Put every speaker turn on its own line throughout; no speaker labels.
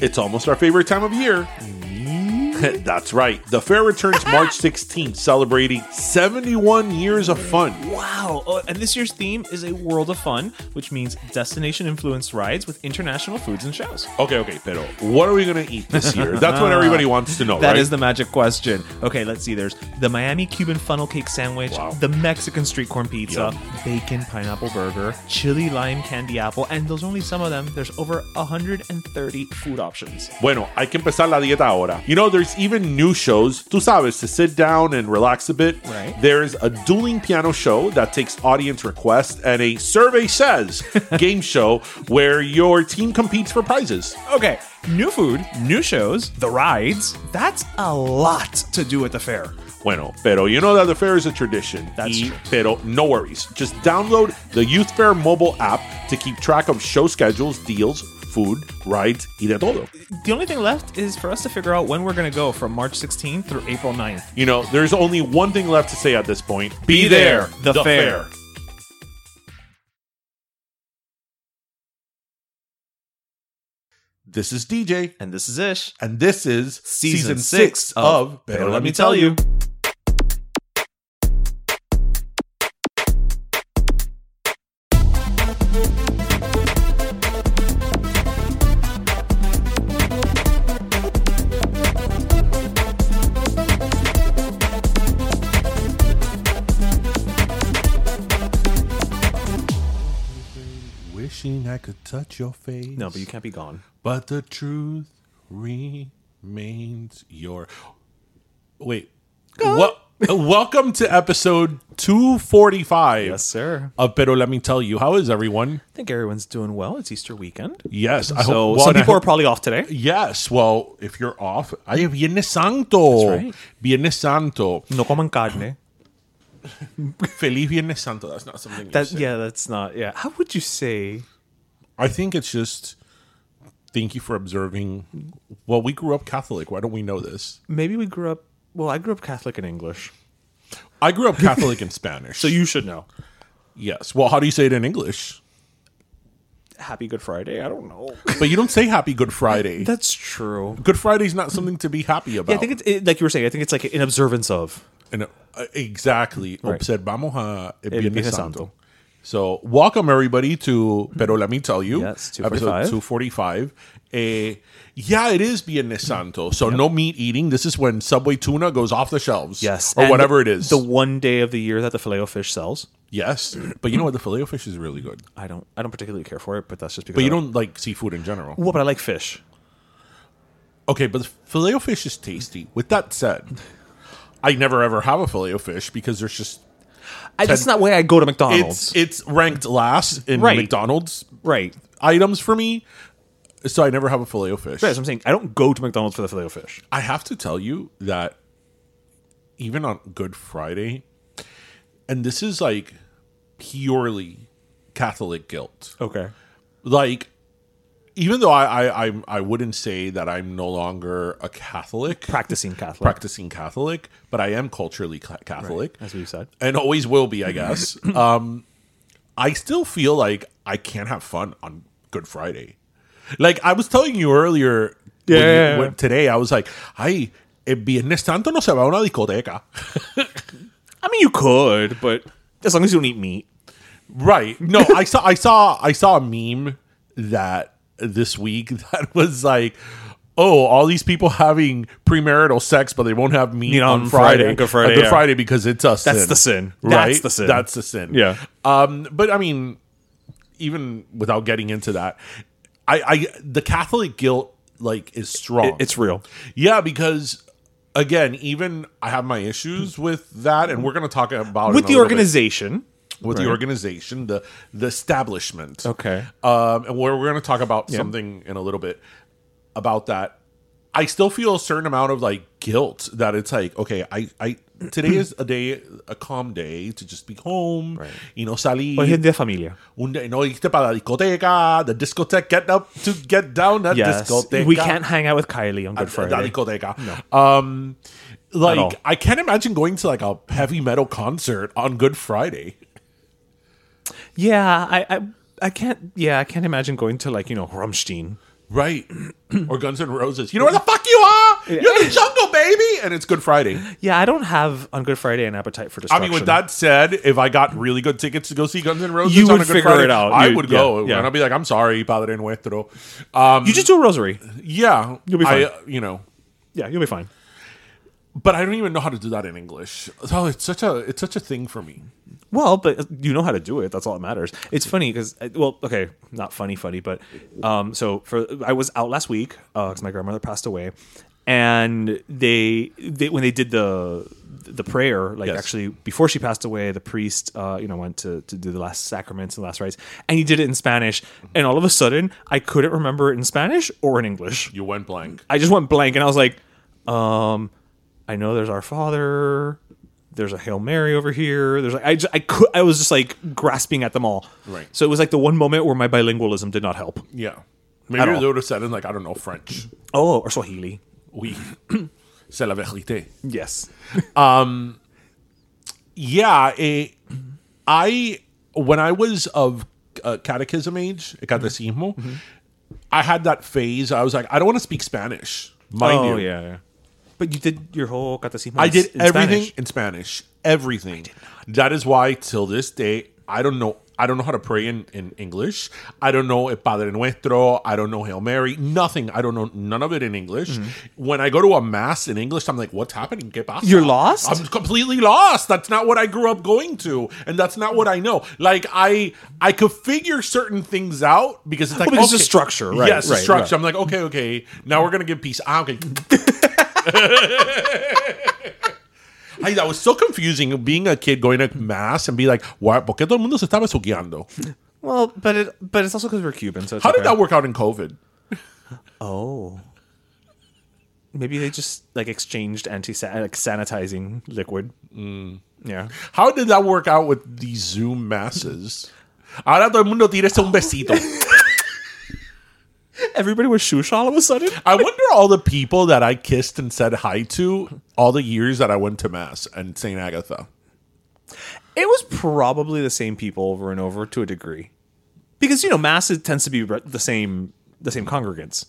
It's almost our favorite time of year.
Mm-hmm.
That's right. The fair returns March 16th, celebrating 71 years of fun.
Wow. Oh, and this year's theme is a world of fun, which means destination influenced rides with international foods and shows.
Okay, okay, pero what are we going to eat this year? That's what everybody wants to know,
That is
right?
the magic question. Okay, let's see. There's the Miami Cuban funnel cake sandwich, the Mexican street corn pizza, bacon pineapple burger, chili lime candy apple, and those are only some of them. There's over 130 food options.
Bueno, hay que empezar la dieta ahora. You know, there's even new shows, tú sabes, to sit down and relax a bit.
Right.
There's a dueling piano show that takes audience requests and a survey says game show where your team competes for prizes.
Okay, new food, new shows, the rides. That's a lot to do at the fair.
Bueno, pero you know that the fair is a tradition.
That's
y,
true.
Pero no worries. Just download the Youth Fair mobile app to keep track of show schedules, deals, food, rides y de todo.
The only thing left is for us to figure out when we're going to go from March 16th through April 9th.
You know, there's only one thing left to say at this point. Be,
Be
there,
there, the fair.
This is DJ,
And this is Ish.
and this is
Season six of Pero Let Me Tell You.
Wishing I could touch your face.
No, but you can't be gone.
But the truth remains your. Wait. What? Welcome to episode 245
sir.
of Pero Let Me Tell You. How is everyone?
I think everyone's doing well. It's Easter weekend.
Yes. I
So
well,
some
and I
people are
hope-
probably off today.
Yes. Well, if you're off, I have Viernes Santo.
That's right.
Viernes Santo.
No coman carne.
Feliz Viernes Santo. That's not something you
That,
say.
yeah, that's not. Yeah. How would you say?
I think it's just thank you for observing. Well, we grew up Catholic. Why don't we know this?
Maybe we grew up. Well, I grew up Catholic and English.
I grew up Catholic in Spanish.
So you should know.
yes. Well, how do you say it in English?
Happy Good Friday. I don't know.
But you don't say Happy Good Friday.
That's true.
Good Friday's not something to be happy about.
Yeah, I think it's it, like you were saying. I think it's like an observance of.
And, uh, exactly.
Right.
Observamos a el
El
Viernes
Viernes
Santo.
Santo.
So, welcome everybody to Pero Let Me Tell You,
Yes,
episode 245. Eh, yeah, it is Viernes Santo. So, no meat eating. This is when Subway tuna goes off the shelves. Or
and
whatever
the-
it is.
The one day of the year that the filet fish sells.
yes. But you know what? The filet fish is really good.
I don't. I don't particularly care for it, but that's just because.
But you
I
don't like seafood in general.
Well, but I like fish.
Okay, but the filet fish is tasty. With that said, I never ever have a filet fish because there's just
I, that's not why I go to McDonald's.
it's it's ranked last in
Right.
McDonald's
right.
items for me. So I never have a filet fish.
Right, so I'm saying I don't go to McDonald's for the filet fish.
I have to tell you that even on Good Friday, and this is like purely Catholic guilt.
Okay.
like even though I, I I I wouldn't say that I'm no longer a Catholic,
Practicing Catholic.
practicing Catholic, but I am culturally ca- Catholic,
as we've said.
and always will be, I guess. um, I still feel like I can't have fun on Good Friday. Like I was telling you earlier, when you-
Yeah.
when- today I was like, I. El Viernes Santo no se va a una discoteca.
I mean, you could, but as long as you don't eat meat.
Right. No, I saw I saw I saw a meme that this week that was like, oh, all these people having premarital sex, but they won't have meat
Meat
on,
on
Friday.
Friday, on Good Friday,
On Good
yeah.
Friday because it's a
That's
sin.
the sin.
Right?
That's the sin.
That's the sin.
Yeah.
Um, but I mean, even without getting into that, I, I the Catholic guilt like is strong.
It- it's real.
yeah, because again, even I have my issues with that, and we're gonna talk about it
With
in a
the
little bit
organization.
with the organization, the the establishment.
Okay.
Um, and we're, we're going to talk about something in a little bit about that. I still feel a certain amount of like guilt that it's like, okay, I, I today is a day, a calm day to just be home, you know, salir.
Hoy es Día Familia.
Un día, no irte para la discoteca, the discotheque, get up to get down at
Yes.
discoteca.
We can't hang out with Kylie on Good
La
Friday.
discoteca. Um,
all.
like I can't imagine going to like a heavy metal concert on Good Friday.
Yeah, I, I, I can't. Yeah, I can't imagine going to like you know Rammstein.
Right. or Guns N' Roses. You know where the fuck you are? You're in the jungle, baby. And it's Good Friday.
Yeah, I don't have on Good Friday an appetite for
I
destruction.
mean, with that said, if I got really good tickets to go see Guns N' Roses
You
on
would
a Good
figure
Friday,
it out.
I
You-
would go.
yeah, yeah.
And I'd be like, I'm sorry, Padre Nuestro. Um,
you just do a rosary.
yeah.
You'll be fine.
I, you know.
Yeah, you'll be fine.
But I don't even know how to do that in English. So it's such a it's such a thing for me.
Well, but you know how to do it. That's all that matters. It's funny because, well, okay, not funny, funny, but um, so for I was out last week because my grandmother passed away, and they, they when they did the the prayer, like
Yes.
actually before she passed away, the priest, uh, you know, went to to do the last sacraments and last rites, and he did it in Spanish, and all of a sudden I couldn't remember it in Spanish or in English.
You went blank.
I just went blank and I was like, um, I know there's our father. There's a Hail Mary over here. There's like I just, I could I was just like grasping at them all.
Right.
So it was like the one moment where my bilingualism did not help.
Yeah.
At
Maybe
all.
they would have said in like, I don't know, French.
Oh, or Swahili.
Oui. C'est la vérité.
Yes.
yeah, eh, I when I was of uh, catechism age,
Mm-hmm.
catecismo, I had that phase. I was like, I don't want to speak Spanish, mind
oh
you.
yeah, yeah. But you did your whole catecismo.
I
in
did
s- in
everything
Spanish.
in Spanish, everything. That is why till this day, I don't know. I don't know how to pray in, in English. I don't know El Padre Nuestro. I don't know Hail Mary. Nothing. I don't know none of it in English. When I go to a mass in English, I'm like, what's happening? ¿Qué pasa?
Mm-hmm. You're lost?
I'm completely lost. That's not what I grew up going to, and that's not what I know. Like I, I could figure certain things out because it's like
because
okay.
it's structure, right,
Yes,
right,
structure.
right.
I'm like, okay, okay. Now we're gonna give peace. Ah, okay. I, that was so confusing being a kid going to mass and be like, why, ¿por qué todo el mundo se está besuqueando?
Well, but it but it's also because we're Cuban. So it's
How did
okay.
that work out in COVID?
Oh. Maybe they just like exchanged anti like sanitizing liquid. Mm. Yeah.
How did that work out with these Zoom masses? Ahora todo el mundo tírese un besito.
Everybody was shoosh all of a sudden.
I wonder all the people that I kissed and said hi to all the years that I went to mass and St. Agatha.
It was probably the same people over and over to a degree, because you know mass is- tends to be re- the same the same congregants.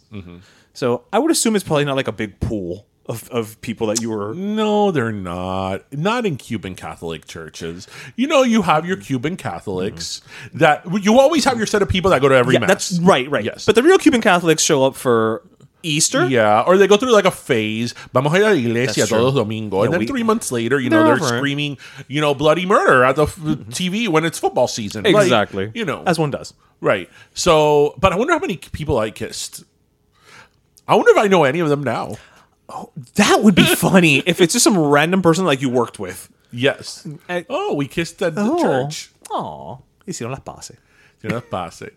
So I would assume it's probably not like a big pool of, of people that you were.
No, they're not. Not in Cuban Catholic churches. You know, you have your Cuban Catholics that you always have your set of people that go to every
Yeah,
mass.
that's right, right.
Yes.
But the real Cuban Catholics show up for Easter.
Yeah, or they go through like a phase. Vamos a ir a la iglesia
That's true.
todos domingo, and
Yeah,
then
we-
three months later, you know, they're
Different.
screaming, you know, bloody murder at the f- TV when it's football season. Like,
exactly.
you know,
as one does.
right. So, but I wonder how many people I kissed. I wonder if I know any of them now.
That would be funny if it's just some random person like you worked with.
Yes.
I-
oh, we kissed at the church.
Aw. Hicieron la pase.
You know, pass it.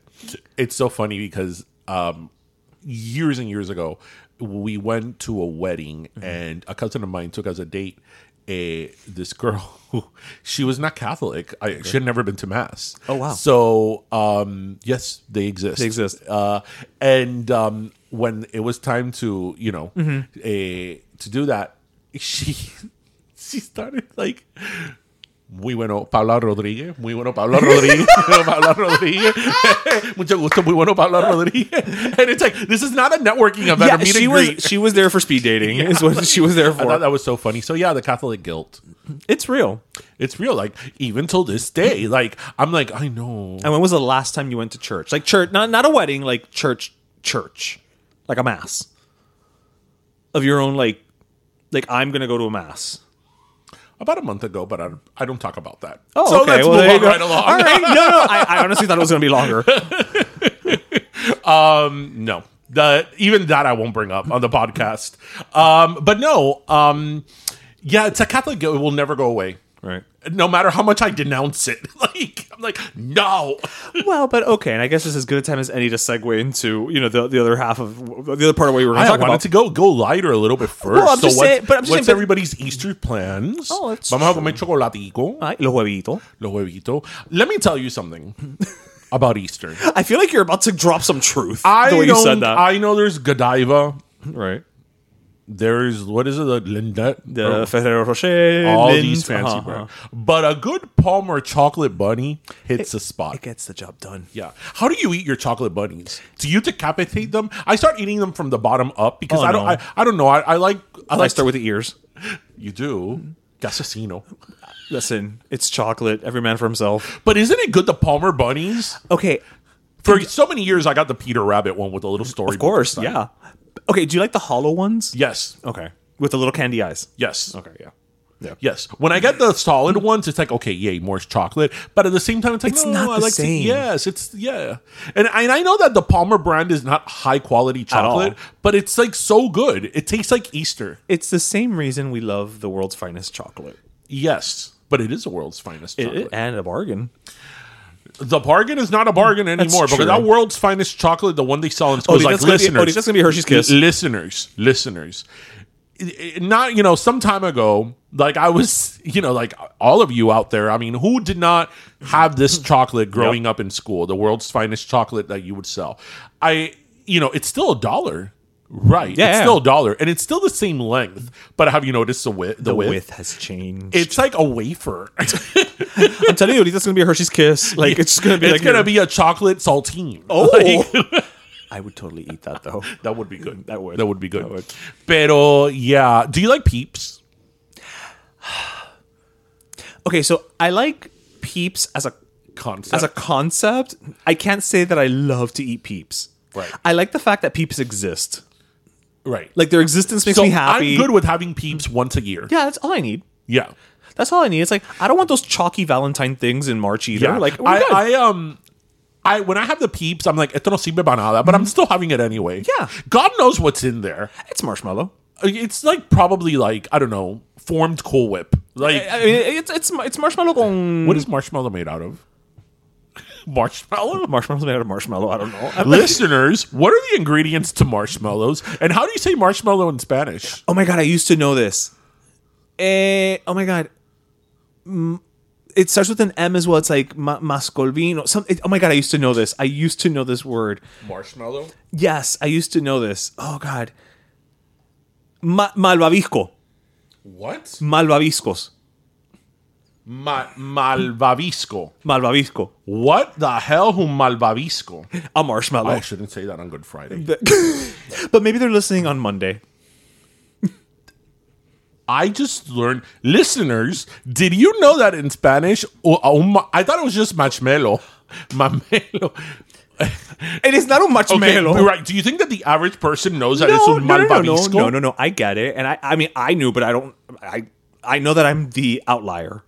It's so funny because um,
Mm-hmm.
years and years ago, we went to a wedding and a cousin of mine took us a date a this girl who she was not Catholic. I, She had never been to mass.
Oh, wow.
So um, yes, they exist.
They exist.
Uh, and um, when it was time to you know
Mm-hmm.
eh, to do that, she she started like. Muy bueno, Paula Rodríguez. Muy bueno, Paula Rodríguez. Paula Rodríguez. Mucho gusto. Muy bueno, Paula Rodríguez. And it's like, this is not a networking event.
yeah,
a meet
she
and
was
greet.
she was there for speed dating. Is what she was there
I thought
for.
that was so funny. So yeah, the Catholic guilt.
it's real.
It's real. Like even till this day, like I'm like I know.
And when was the last time you went to church? Like church, not not a wedding, like church, church, like a mass of your own. Like, like I'm gonna go to a mass.
About a month ago, but I, I don't talk about that.
Oh,
so
okay.
let's
well,
move
there you
on
go.
right along.
All right. No, no. I, I honestly thought it was gonna be longer.
No, the even that I won't bring up on the podcast. Um, but no, um, yeah, it's a Catholic. guilt. It will never go away.
Right.
No matter how much I denounce it, like I'm like no.
Well, but okay, and I guess it's as good a time as any to segue into you know the, the other half of the other part of what we were going
I
to talk
wanted
about.
to go go lighter a little bit first.
Well, I'm
so
just
what's,
saying- but I'm just
what's
saying-
everybody's Easter plans?
Oh, that's
Vamos a comer chocolatico.
Ay, los huevitos.
Los huevitos. Let me tell you something about Easter.
I feel like you're about to drop some truth.
I
the way
don't,
you said that,
I know there's Godiva.
right?
There's what is it? The Lindette.
The
Or-
Ferrero Rocher,
all
Lindt,
these fancy
uh-huh,
brands.
uh-huh.
But a good Palmer chocolate bunny hits a spot.
It gets the job done.
yeah. How do you eat your chocolate bunnies? Do you decapitate them? I start eating them from the bottom up because
Oh,
I don't.
no.
I, I don't know. I, I like. I
I
like.
start with the ears.
you do. Gasasino.
Listen, it's chocolate. Every man for himself.
But isn't it good the Palmer bunnies?
Okay,
For so many years, I got the Peter Rabbit one with a little story.
of course, yeah. Okay, do you like the hollow ones?
Yes.
Okay, with the little candy eyes.
Yes.
Okay, yeah.
Yes. When I get the solid ones, it's like, okay, yay, more chocolate. But at the same time, it's like,
It's
no,
not
I
the
like
same.
To, yes, it's, yeah. And, and I know that the Palmer brand is not high quality
all.
chocolate, but it's like so good. It tastes like Easter.
It's the same reason we love the world's finest chocolate.
Yes. But it is the world's finest
It-
chocolate.
and a bargain.
the bargain is not a bargain anymore
true.
because that world's finest chocolate, the one they sell in schools,
dude,
like
that's gonna be-
listeners,
oh, dude, that's gonna be Hershey's Kiss.
L- listeners, listeners. I- I- Not you know, some time ago, like I was, you know, like all of you out there. I mean, who did not have this chocolate growing up in school? The world's finest chocolate that you would sell. I, you know, it's still a dollar, right?
Yeah,
it's
yeah.
still a dollar, and it's still the same length. But have you noticed the width? The,
The
width?
width has changed.
It's like a wafer.
I'm telling you, that's gonna be a Hershey's Kiss. Like it's just gonna be.
it's
like
gonna
your-
be a chocolate saltine.
Oh,
Like-
I would totally eat that though.
That would be good.
That would.
That would be good.
That would.
Pero yeah, do you like Peeps?
Okay, so I like Peeps as a
Concept.
as a concept. I can't say that I love to eat Peeps.
Right.
I like the fact that Peeps exist.
right.
Like their existence makes
so
me happy.
I'm good with having Peeps once a year.
yeah, that's all I need.
Yeah.
That's all I need. It's like I don't want those chalky Valentine things in March either.
Yeah.
Like we're good.
I, I um I when I have the Peeps, I'm like esto no sirve para nada, but I'm still having it anyway.
Mm-hmm. Yeah.
God knows what's in there.
it's marshmallow.
It's like probably like I don't know, formed Cool Whip. Like
I mm. mean, it's it's it's marshmallow con
what is marshmallow made out of? marshmallow?
marshmallows made out of marshmallow. I don't know.
Listeners, what are the ingredients to marshmallows? And how do you say marshmallow in Spanish?
Oh my god, I used to know this. Eh, oh my god. Mm, It starts with an M as well. It's like ma- mascolvino. Some, it- oh my god, I used to know this. I used to know this word.
Marshmallow?
Yes, I used to know this. Oh god. Ma- malvavisco.
What?
Malvaviscos.
Ma- malvavisco.
Malvavisco.
What the hell? Who malvavisco?
A
I
marshmallow.
shouldn't say that on Good Friday.
but maybe they're listening on Monday.
I just learned, listeners. Did you know that in Spanish? o- o- ma- I thought it was just marshmallow. Mamelo.
It is not a
Okay,
marshmallow.
right. Do you think that the average person knows that
No,
it's
no,
un
no, no, no,
malvavisco?
no, no, no. I get it, and I, I mean, I knew, but I don't. I, I know that I'm the outlier.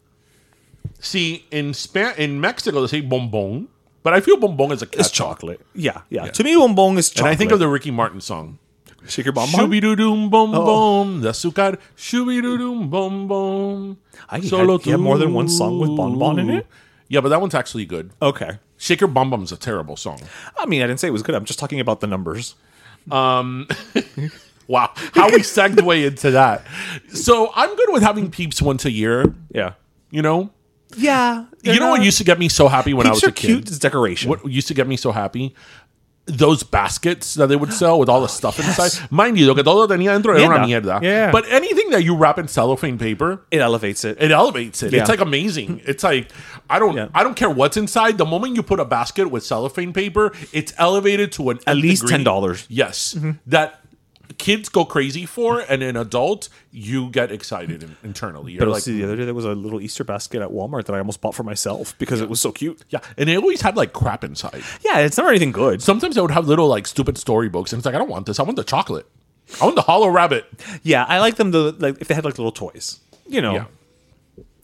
See, in Span- in Mexico they say bonbon, but I feel bonbon is a cat
It's chocolate. Yeah, yeah. To me, bonbon is
And
chocolate.
I think of the Ricky Martin song.
shake your bonbon.
Shubi doo doom bom
Oh.
bom, the azúcar. Shubi doo doom bom bom.
I- he had- he had more than one song with Bon Bon in it?
Yeah, but that one's actually good.
Okay.
Shaker Bom Bom's a terrible song.
I mean, I didn't say it was good. I'm just talking about the numbers.
Wow. How we segue into that. So I'm good with having peeps once a year.
Yeah.
You know?
Yeah.
You know what used to get me so happy when I was
Peeps
a
are cute
kid?
as decoration.
What used to get me so happy? Those baskets that they would sell with all the stuff inside. Mind you, lo que todo tenía dentro era una
Mierda.
mierda.
Yeah.
But anything that you wrap in cellophane paper,
It elevates it.
it elevates it.
Yeah.
It's like amazing. It's like I don't
Yeah.
I don't care what's inside. The moment you put a basket with cellophane paper, it's elevated to an
At
nth
least Mm-hmm.
degree.
$10.
Yes, that kids go crazy for, and an adult you get excited in, internally. You're
But
like,
see, the other day there was a little Easter basket at Walmart that I almost bought for myself because it was so cute.
yeah, and it always had like crap inside.
Yeah, it's not anything good.
Sometimes I would have little like stupid storybooks, and it's like I don't want this. I want the chocolate. I want the hollow rabbit.
Yeah, I like them to like if they had like little toys, you know,
Yeah.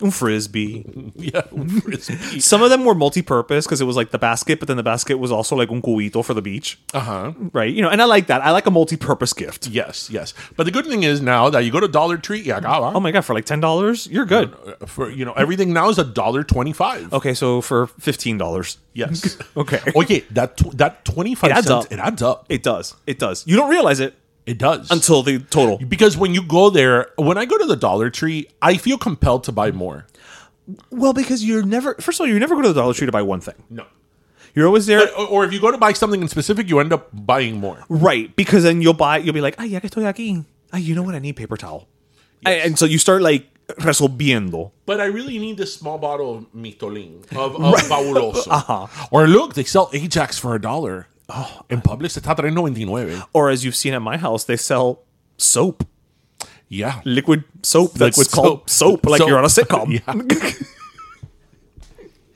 un frisbee.
Yeah, frisbee.
Some of them were multi-purpose because it was like the basket, but then the basket was also like un cubito for the beach,
uh huh.
right? You know, and I like that. I like a multi-purpose gift.
Yes, yes. But the good thing is now that you go to Dollar Tree, yeah, uh,
Oh my god, for like ten dollars, you're good.
for you know everything now is a dollar twenty five.
Okay, so for fifteen dollars,
Yes.
Okay.
Okay. That tw- that twenty five
It adds
cents.
up.
It adds up.
it does. It does. You don't realize it
It does
until the total.
because when you go there, when I go to the Dollar Tree, I feel compelled to buy more.
Well, because you're never. First of all, you never go to the Dollar Tree to buy one thing.
No.
You're always there.
But, or- or if you go to buy something in specific, you end up buying more.
Right, because then you'll buy, you'll be like, ay, ya que estoy aquí. Ay, you know what? I need paper towel. And- And so you start like resolviendo.
But I really need this small bottle of Mitolin of, of Fabuloso. Or look, they sell Ajax for a dollar. Oh, in Publix se está 3.99.
Or as you've seen at my house, they sell soap,
Yeah.
liquid soap that's
Liquid
called soap,
soap.
like
Soap.
you're on a sitcom.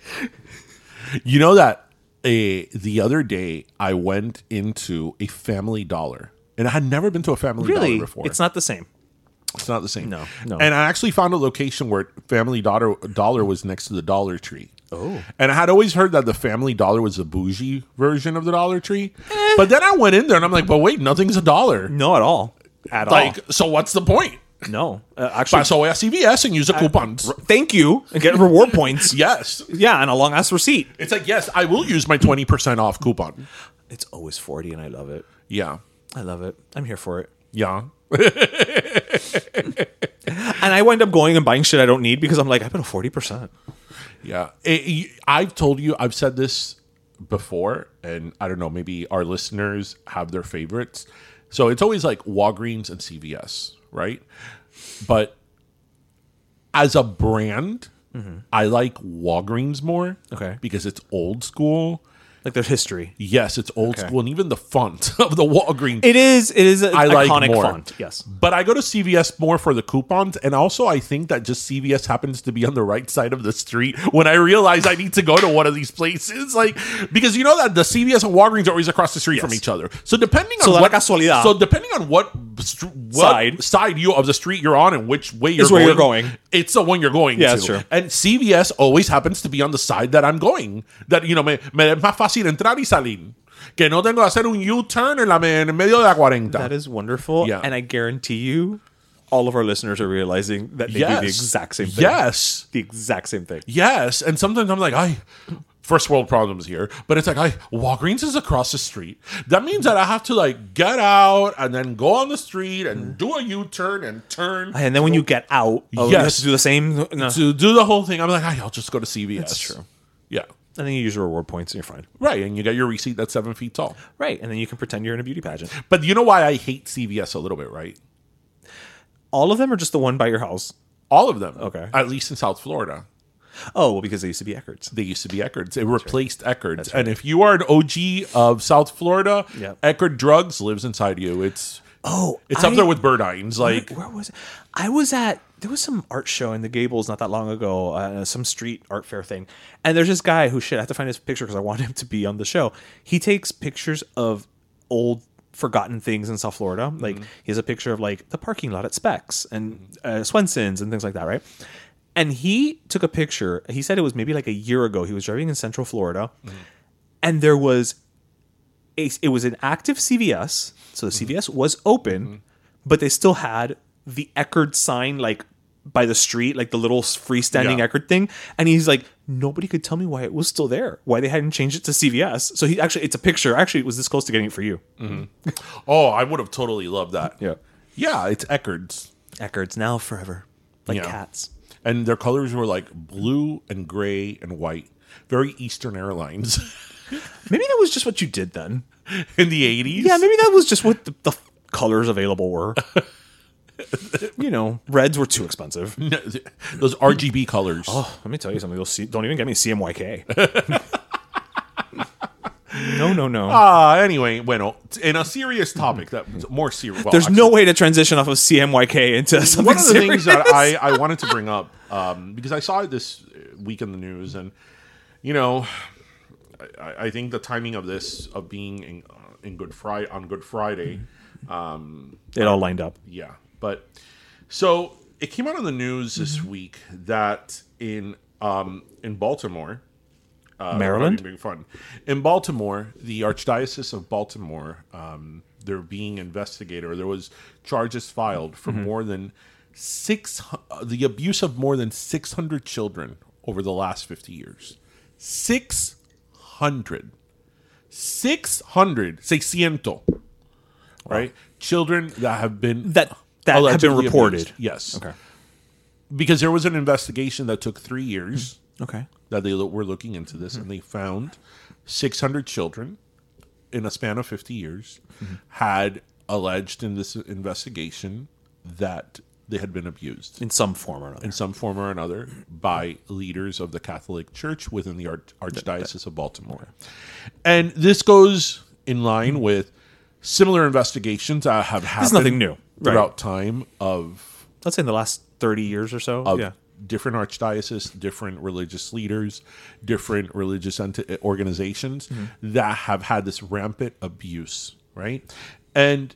You know that eh, the other day I went into a Family Dollar, and I had never been to a Family
Really?
Dollar before.
It's not the same.
It's not the same.
No, no.
And I actually found a location where Family Dollar Dollar was next to the Dollar Tree. Oh. And I had always heard that the Family Dollar was the bougie version of the Dollar Tree.
Eh.
But then I went in there and I'm like, but wait, nothing's a dollar.
No, at all. At
Like, so what's the point?
all. No. Uh, actually,
Paso a CVS and use a coupon.
thank you and get reward points.
yes.
Yeah, and a long ass receipt.
It's like, yes, I will use my 20% off coupon.
It's always 40 and I love it.
Yeah.
I love it. I'm here for it.
Yeah.
And I wind up going and buying shit I don't need because I'm like, I've been a 40%.
Yeah. It- you- I've told you, I've said this before, and I don't know, maybe our listeners have their favorites. So it's always like Walgreens and CVS, right? But as a brand, I like Walgreens more.
Mm-hmm. Okay.
Because it's old school.
Like there's history.
Yes, it's old
Okay.
school. And even the font of the Walgreens.
It is. It is an
I like
iconic
more.
font. Yes.
But I go to CVS more for the coupons, and also I think that just CVS happens to be on the right side of the street when I realize I need to go to one of these places, like because you know that the CVS and Walgreens are always across the street from each other. So depending
So la
on what
casualidad.
so depending on what, str- what
Side.
side you of the street you're on and which way you're,
Is where
going,
you're going.
it's the one you're going
Yeah,
to.
that's true.
And CVS always happens to be on the side that I'm going. That you know me, me es más fácil entrar y salir. Que no tengo que hacer un U-turn en, la, me- en medio de la 40.
That is wonderful.
Yeah.
And I guarantee you, all of our listeners are realizing that they do the exact same thing.
Yes.
The exact same thing.
Yes. And sometimes I'm like, I first world problems here, but it's like I Walgreens is across the street. That means that I have to like get out and then go on the street and do a U-turn and turn
And then when you get out, oh, you
Yes.
have to do the same. No.
to do the whole thing. I'm like, "Ay, I'll just go to CVS. That's
true.
Yeah.
And then you use your reward points and you're fine.
Right. And you get your receipt that's seven feet tall.
Right. And then you can pretend you're in a beauty pageant.
But you know why I hate CVS a little bit, right?
All of them are just the one by your house.
All of them.
Okay.
At least in South Florida.
Oh, well, because they used to be Eckerd's.
They used to be Eckerd's. It replaced Eckerd's. And if you are an OG of South Florida,
Yeah.
Eckerd Drugs lives inside you. It's
Oh,
It's up there with Burdines. Like,
Where was it? I was at there was some art show in the Gables not that long ago, uh, some street art fair thing, and there's this guy who shit. I have to find his picture because I want him to be on the show. He takes pictures of old forgotten things in South Florida. Like he has a picture of like the parking lot at Specs and uh, Swenson's and things like that, right? And he took a picture. He said it was maybe like a year ago. He was driving in Central Florida, and there was a, it was an active CVS, so the CVS was open, but they still had the Eckerd sign like by the street, like the little s- freestanding
Yeah.
Eckerd thing, and he's like, nobody could tell me why it was still there, why they hadn't changed it to CVS. So he actually, it's a picture. Actually, it was this close to getting it for you,
Oh, I would have totally loved that.
Yeah.
Yeah, it's Eckerd's.
Eckerd's now forever, like
Yeah.
cats.
And their colors were like blue and gray and white. Very Eastern Airlines
Maybe that was just what you did then.
in the 80s.
Yeah, maybe that was just what the, the colors available were. you know, reds were too expensive.
Those RGB colors.
Let me tell you something. You'll see. Don't even get me CMYK. no, no, no.
Ah, anyway, bueno, in a serious topic that more serious. well,
There's
actually,
no way to transition off of CMYK into something
one of the
serious.
things that I, I wanted to bring up um, because I saw it this week in the news, and you know, I, I think the timing of this of being in, uh, in Good Friday on Good Friday, um,
it all lined up.
yeah. But so it came out on the news this week that in um, in Baltimore,
Uh, Maryland.
Being fun. In Baltimore, the Archdiocese of Baltimore, um, they're being investigated, or there was charges filed for
Mm-hmm.
more than six, hu- uh, the abuse of more than 600 children over the last 50 years. 600. 600. 600.
E,
Right? Children that have been.
That that had been
allegedly
reported.
abused. Yes.
Okay.
Because there was an investigation that took three years
Oh. Okay.
that they lo- were looking into this,
Mm-hmm.
and they found 600 children in a span of 50 years
Mm-hmm.
had alleged in this investigation that they had been abused
In some form or another.
in some form or another by leaders of the Catholic Church within the Arch- Archdiocese of Baltimore. And this goes in line with similar investigations that have happened
nothing new, right.
throughout time of
Let's say in the last thirty years or so.
of
yeah.
different archdioceses, different religious leaders, different religious enti- organizations
Mm-hmm.
that have had this rampant abuse, right? And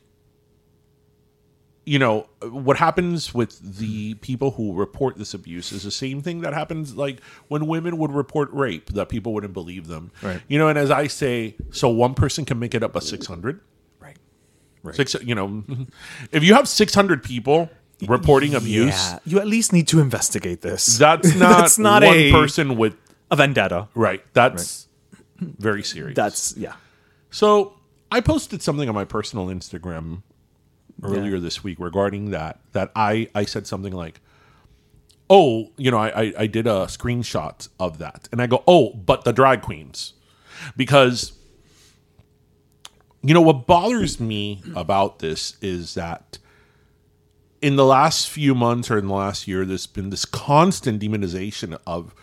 you know what happens with the people who report this abuse is the same thing that happens like when women would report rape that people wouldn't believe them
Right.
you know and as i say so one person can make it up a 600
Right.
six you know if you have 600 people reporting abuse
Yeah. You at least need to investigate this.
that's not
That's not
one
a-
person with
a vendetta.
right. That's very serious.
That's yeah.
so. I posted something on my personal Instagram earlier this week regarding that. That I I said something like, "Oh, you know, I I, I did a screenshot of that," and I go, "Oh, but the drag queens," because you know what bothers me about this is that in the last few months or in the last year, there's been this constant demonization of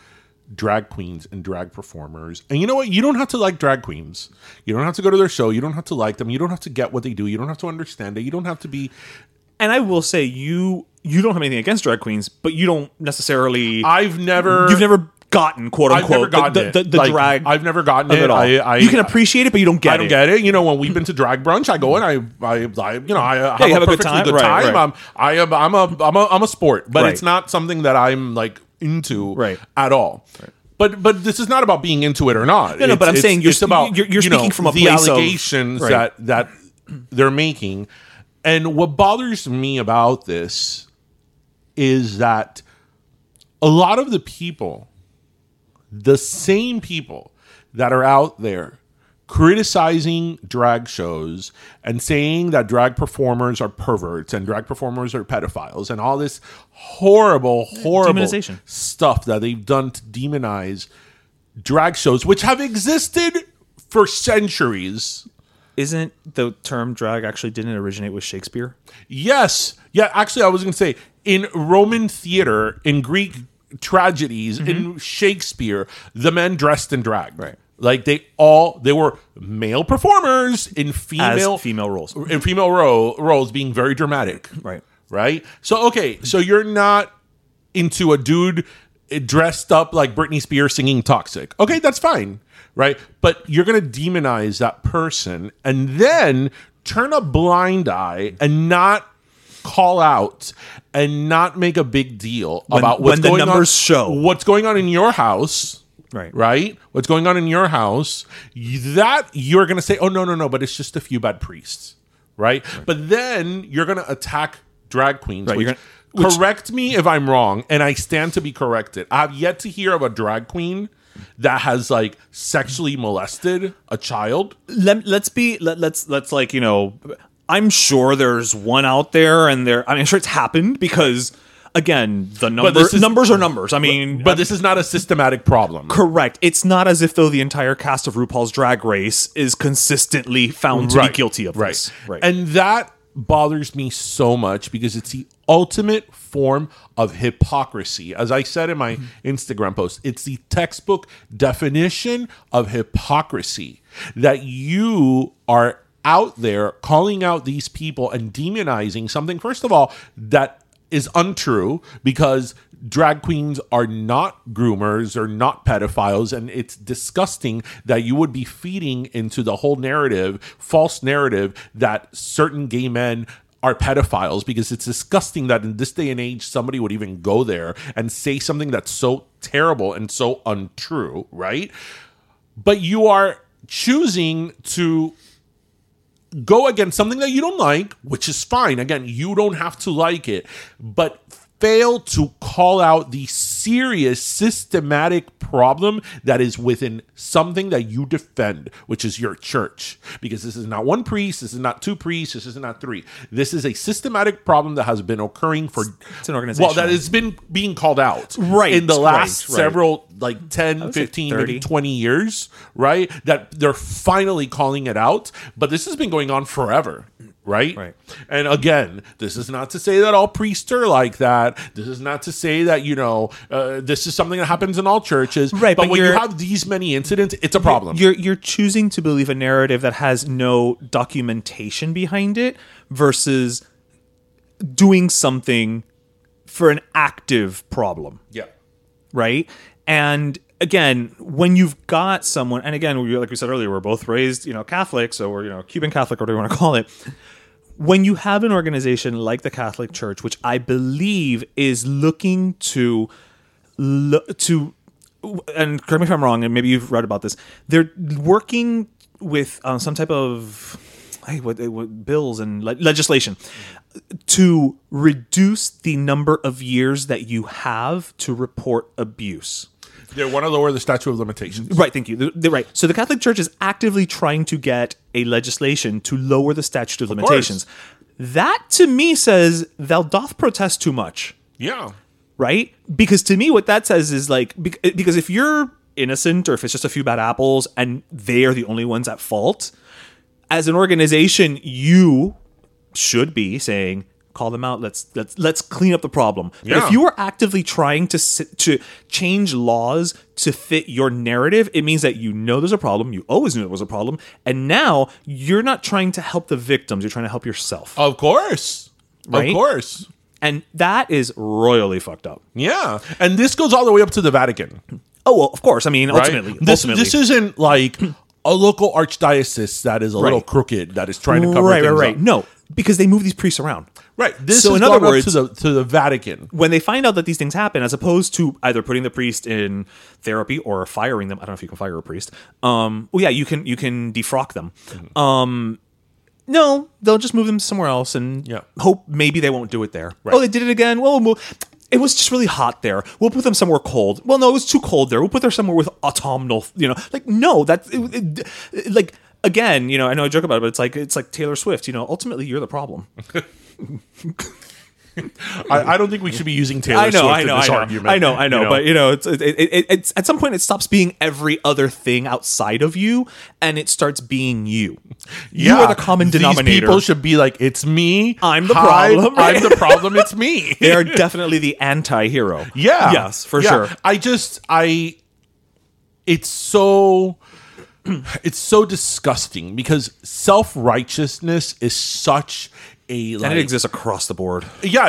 drag queens and drag performers. And you know what? You don't have to like drag queens. You don't have to go to their show. You don't have to like them. You don't have to get what they do. You don't have to understand it. You don't have to be.
And I will say you you don't have anything against drag queens, but you don't necessarily
I've never.
you've never gotten quote
I've never
unquote
gotten
the,
it.
the, the, the
Like,
drag
I've never gotten
of
it.
all.
I- I-
you can appreciate it, but you don't get
I don't
it.
get it. You know, when we've been to drag brunch, I go and I, I, I you know, I uh, have,
you
a, perfectly good time.
Right, right.
I'm, I am, I'm a, I'm a, I'm a sport, but
Right.
it's not something that I'm like into
Right.
at all. But but this is not about being into it or not.
no, but I'm saying you're
it's
sp- you're- you're
you know,
speaking from a
the
place of-
allegations
Right.
that that they're making, and what bothers me about this is that a lot of the people, the same people that are out there criticizing drag shows and saying that drag performers are perverts and drag performers are pedophiles and all this horrible, horrible
Demonization.
stuff that they've done to demonize drag shows, which have existed for centuries.
Isn't the term drag actually didn't originate with Shakespeare?
Yes. Yeah, actually I was going to say in Roman theater, in Greek tragedies, in Shakespeare, the men dressed in drag.
Right.
Like they all they were male performers in female
female roles.
in female ro- roles being very dramatic.
Right.
Right? So okay, so you're not into a dude dressed up like Britney Spears singing Toxic. Okay, that's fine, right? But you're going to demonize that person and then turn a blind eye and not call out and not make a big deal about what's
when the
going
numbers
on,
show.
what's going on in your house.
Right.
Right? What's going on in your house? you- That you're going to say, "Oh no, no, no, but it's just a few bad priests." Right? But then you're going to attack drag queens,
Right,
which
you're gonna-
Correct me if I'm wrong, and I stand to be corrected. I have yet to hear of a drag queen that has like sexually molested a child.
Let, let's be let, let's let's like you know i'm sure there's one out there and there i mean i'm sure it's happened because again the numbers
this is-
numbers are numbers i mean
But this is not a systematic problem.
correct it's not as if though the entire cast of rupaul's drag race is consistently found to be guilty of
right.
this
And that bothers me so much because it's the ultimate form of hypocrisy. As I said in my Instagram post, it's the textbook definition of hypocrisy that you are out there calling out these people and demonizing something, first of all, that is untrue because drag queens are not groomers or not pedophiles and it's disgusting that you would be feeding into the whole narrative false narrative that certain gay men are pedophiles because it's disgusting that in this day and age somebody would even go there and say something that's so terrible and so untrue right but you are choosing to go against something that you don't like, which is fine. Again, you don't have to like it, but fail to call out the serious systematic problem that is within something that you defend, which is your church. Because this is not one priest, this is not two priests, this is not three. This is a systematic problem that has been occurring for
It's an
well
organizational-
that has been being called out
Right,
in the
right,
last
right.
several like 10
would say
15 maybe
30.
20 years, right? That they're finally calling it out, but this has been going on forever, right?
Right.
And again, this is not to say that all priests are like that. This is not to say that, you know, uh, this is something that happens in all churches.
Right,
But,
but
when you
you're-
have these many incidents, it's a problem.
You're you're choosing to believe a narrative that has no documentation behind it versus
doing something for an active problem
yeah.
right? And again, when you've got someone, and again, we, like we said earlier, we're both raised, you know, Catholic, so we're you know Cuban Catholic, whatever you want to call it. When you have an organization like the Catholic Church, which I believe is looking to lo- to and correct me if I'm wrong, and maybe you've read about this. They're working with um, some type of hey, what, eh, what bills and le- legislation to reduce the number of years that you have to report abuse.
They want to lower the statute of limitations.
Right, thank you. Th- th- right. So the Catholic Church is actively trying to get a legislation to lower the statute of,
course.
limitations. That to me says thou doth protest too much
Yeah.
right? Because to me, what that says is like bec- because if you're innocent or if it's just a few bad apples and they are the only ones at fault, as an organization, you should be saying call them out. Let's let's let's clean up the problem. But
Yeah.
if you are actively trying to s- to change laws to fit your narrative, it means that you know there's a problem. You always knew there was a problem, and now you're not trying to help the victims. You're trying to help yourself,
Of course. Of
Right?
course.
and that is royally fucked up.
Yeah. And this goes all the way up to the Vatican.
Oh well, of course. I mean,
right?
ultimately,
this,
ultimately,
this isn't like a local archdiocese that is a little
Right.
crooked that is trying to cover
right, right,
things
right.
up.
No, because they move these priests around.
Right. This
So
is
in other
gone
words-
up to the to the Vatican.
When they find out that these things happen, as opposed to either putting the priest in therapy or firing them, I don't know if you can fire a priest. Um, well, yeah, you can you can defrock them. Um, no, they'll just move them somewhere else and
Yeah.
hope maybe they won't do it there. Oh, they did it again. Well, we'll move. It was just really hot there. We'll put them somewhere cold. Well, no, it was too cold there. We'll put them somewhere with autumnal, you know, like no, that's it, it- like again, you know. I know I joke about it, but it's like it's like Taylor Swift. You know, ultimately you're the problem.
I, I don't think we should be using Taylor
I know,
Swift
I know,
in
I
this
know,
argument.
I know, I know,
you
But you know, it's it, it, it, it's at some point it stops being every other thing outside of you, and it starts being you.
Yeah,
you are the common
These
denominator.
people should be like, it's me.
I'm the
Hi,
problem."
I'm the problem. It's me.
they are definitely the anti-hero.
Yeah.
Yes, for
Yeah.
sure.
I just I it's so it's so disgusting because self-righteousness is such a like
And it exists across the board.
Yeah, uh,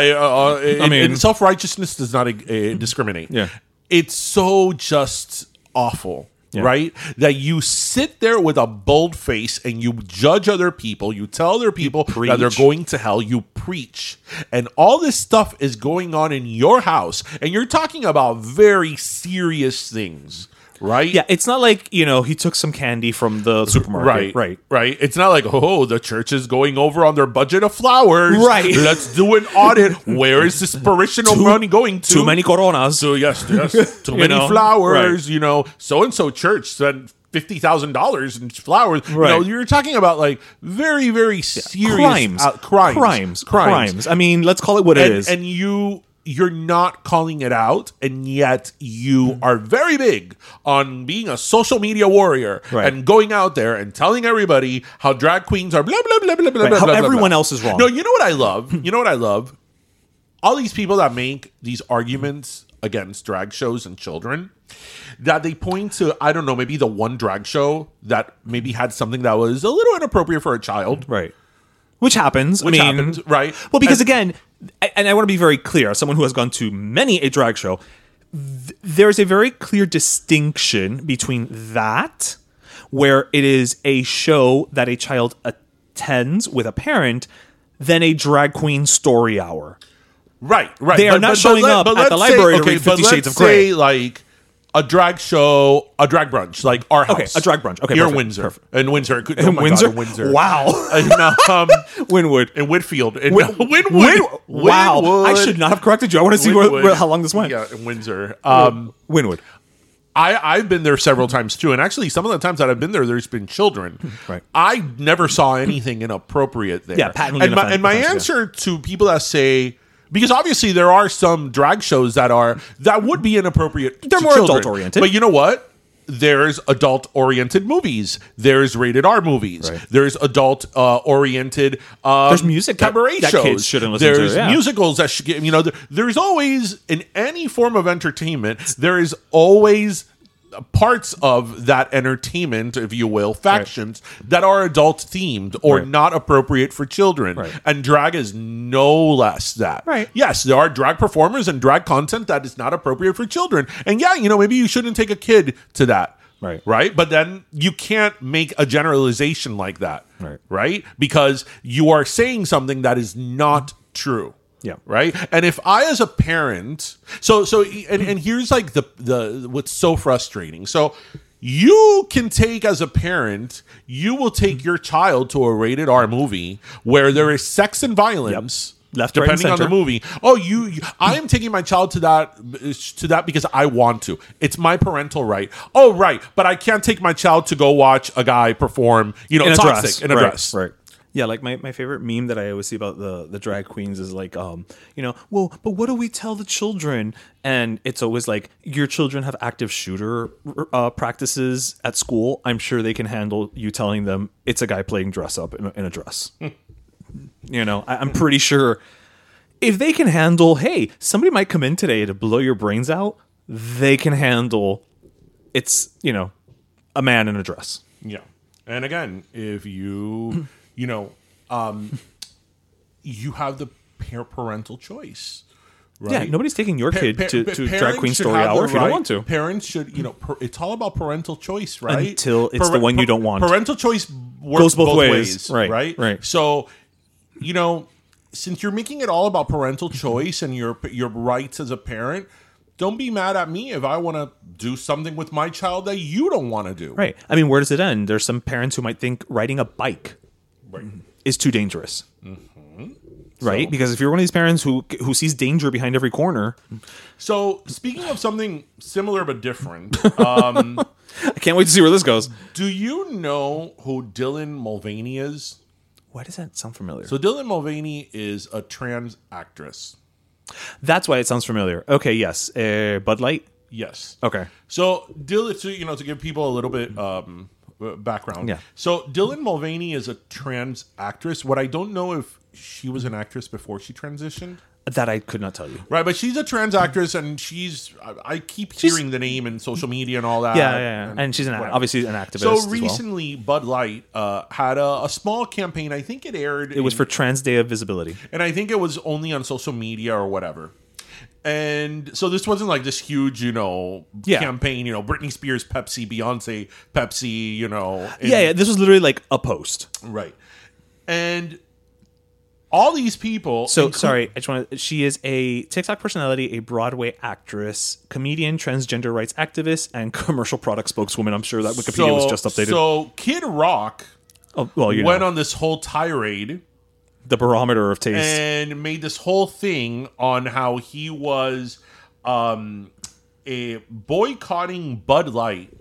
uh, it, I
mean-
mean, self righteousness does not uh, discriminate.
Yeah.
it's so just awful. Right? That you sit there with a bold face and you judge other people, you tell other people that they're
preach.
going to hell, you preach. And all this stuff is going on in your house, and you're talking about very serious things, right?
Yeah, it's not like you know he took some candy from the supermarket.
Right,
right.
right. It's not like, oh, the church is going over on their budget of flowers.
Right.
Let's do an audit. Where is this parishional money going to?
Too many coronas.
So yes, yes. Too many
know?
flowers. You know, so and so church spent fifty thousand dollars in flowers.
Right.
You know, you're talking about like very, very serious
uh, crimes.
out- crimes,
crimes, crimes. I mean, let's call it what
and,
it is.
and you you're not calling it out and yet you are very big on being a social media warrior
Right.
and going out there and telling everybody how drag queens are blah blah blah blah blah
Right,
blah
how
blah, blah,
everyone
blah.
else is wrong.
no you know what i love you know what i love all these people that make these arguments against drag shows and children that they point to i don't know maybe the one drag show that maybe had something that was a little inappropriate for a child
right. Which happens.
Which
I mean,
happens, right.
Well, because
And-
again, I, and I want to be very clear, as someone who has gone to many a drag show, th- there's a very clear distinction between that, where it is a show that a child attends with a parent, than a drag queen story hour.
Right, right.
They are not showing up at
let's
the library to read Fifty
but let's
Shades of Grey.
Say, like a drag show, a drag brunch, like our house.
Okay, a drag brunch. Okay,
here in
perfect,
Windsor,
perfect.
in Windsor, oh my
Windsor?
God, in Windsor.
Wow.
in, um,
Winwood.
in Whitfield, in
Win-
Winwood.
Win- wow, I should not have corrected you. I want to see where,
Winwood.
where, how long this went.
Yeah, in Windsor. Um,
Winwood.
I, I've been there several times too, and actually, some of the times that I've been there, there's been children.
Right.
I never saw anything inappropriate there.
Yeah, patently
And my,
inoffen-
and my
offensive,
answer to people that say because obviously there are some drag shows that are that would be inappropriate.
They're
to
more
children.
adult-oriented.
but you know what? There's adult oriented movies. There's rated R movies. There's adult uh, oriented. Um,
There's music that-
cabaret
that
shows.
kids shouldn't listen to,
There's
yeah.
musicals that should get you know. There, there's always in any form of entertainment. There is always parts of that entertainment, if you will, factions that are adult themed or
Right.
not appropriate for children.
Right.
And drag is no less that.
Right.
Yes, there are drag performers and drag content that is not appropriate for children. And yeah, you know, maybe you shouldn't take a kid to that.
Right.
Right. But then you can't make a generalization like that.
Right.
Right. Because you are saying something that is not true
Yeah.
right and if i as a parent so so and, and here's like the the what's so frustrating so you can take as a parent you will take your child to a rated r movie where there is sex and violence
Left, right, and
depending on the
center.
movie oh you, you i am taking my child to that to that because i want to it's my parental right oh right but i can't take my child to go watch a guy perform you know
in a
toxic
dress.
in a
right,
dress
Right. Yeah, like my, my favorite meme that I always see about the, the drag queens is like, um, you know, well, but what do we tell the children? And it's always like, your children have active shooter uh, practices at school. I'm sure they can handle you telling them it's a guy playing dress up in a, in a dress. you know, I, I'm pretty sure if they can handle, hey, somebody might come in today to blow your brains out, they can handle it's, you know, a man in a dress.
Yeah. And again, if you, you know, um, you have the par- parental choice. Right?
Yeah, nobody's taking your
Pa-
kid
pa-
to,
pa-
to drag
parents
queen
should
story
have the
hour if you don't
right-
want to.
Parents should, you know, par- it's all about parental choice, right?
Until it's the one you don't want.
Parental choice works
Goes both
both,
ways.
ways.
Right,
Right.
right.
So, you know, since you're making it all about parental choice and your your rights as a parent, don't be mad at me if I want to do something with my child that you don't want to do.
Right. I mean, where does it end? There's some parents who might think riding a bike is too dangerous. Mm-hmm. Right? Because if you're one of these parents who who sees danger behind every corner,
So, speaking of something similar but different, um,
I can't wait to see where this goes.
do you know who Dylan Mulvaney is?
Why does that sound familiar?
So, Dylan Mulvaney is a trans actress.
That's why it sounds familiar. Okay, yes. Uh, Bud Light.
Yes.
Okay.
So, Dylan, so, you know, to give people a little bit um, uh, background.
Yeah.
So, Dylan Mulvaney is a trans actress. What I don't know if she was an actress before she transitioned.
That I could not tell you.
Right, but she's a trans actress, and she's. I, I keep
She's-
hearing the name in social media and all that.
Yeah, yeah, yeah. And, she's an,
whatever.
obviously an activist. as
So
well.
recently, Bud Light uh, had a, a small campaign. I think it aired.
it was for Trans Day of Visibility.
and I think it was only on social media or whatever. And so this wasn't like this huge, you know,
Yeah.
campaign. You know, Britney Spears, Pepsi, Beyonce, Pepsi. You know, and-
Yeah, yeah. This was literally like a post.
right. And all these people.
So
inclu-
sorry, I just want to. She is a TikTok personality, a Broadway actress, comedian, transgender rights activist, and commercial product spokeswoman. I'm sure that Wikipedia was
so-
just updated.
So Kid Rock
oh, well, you
went
know,
on this whole tirade
the barometer of taste.
and made this whole thing on how he was um a boycotting Bud Light,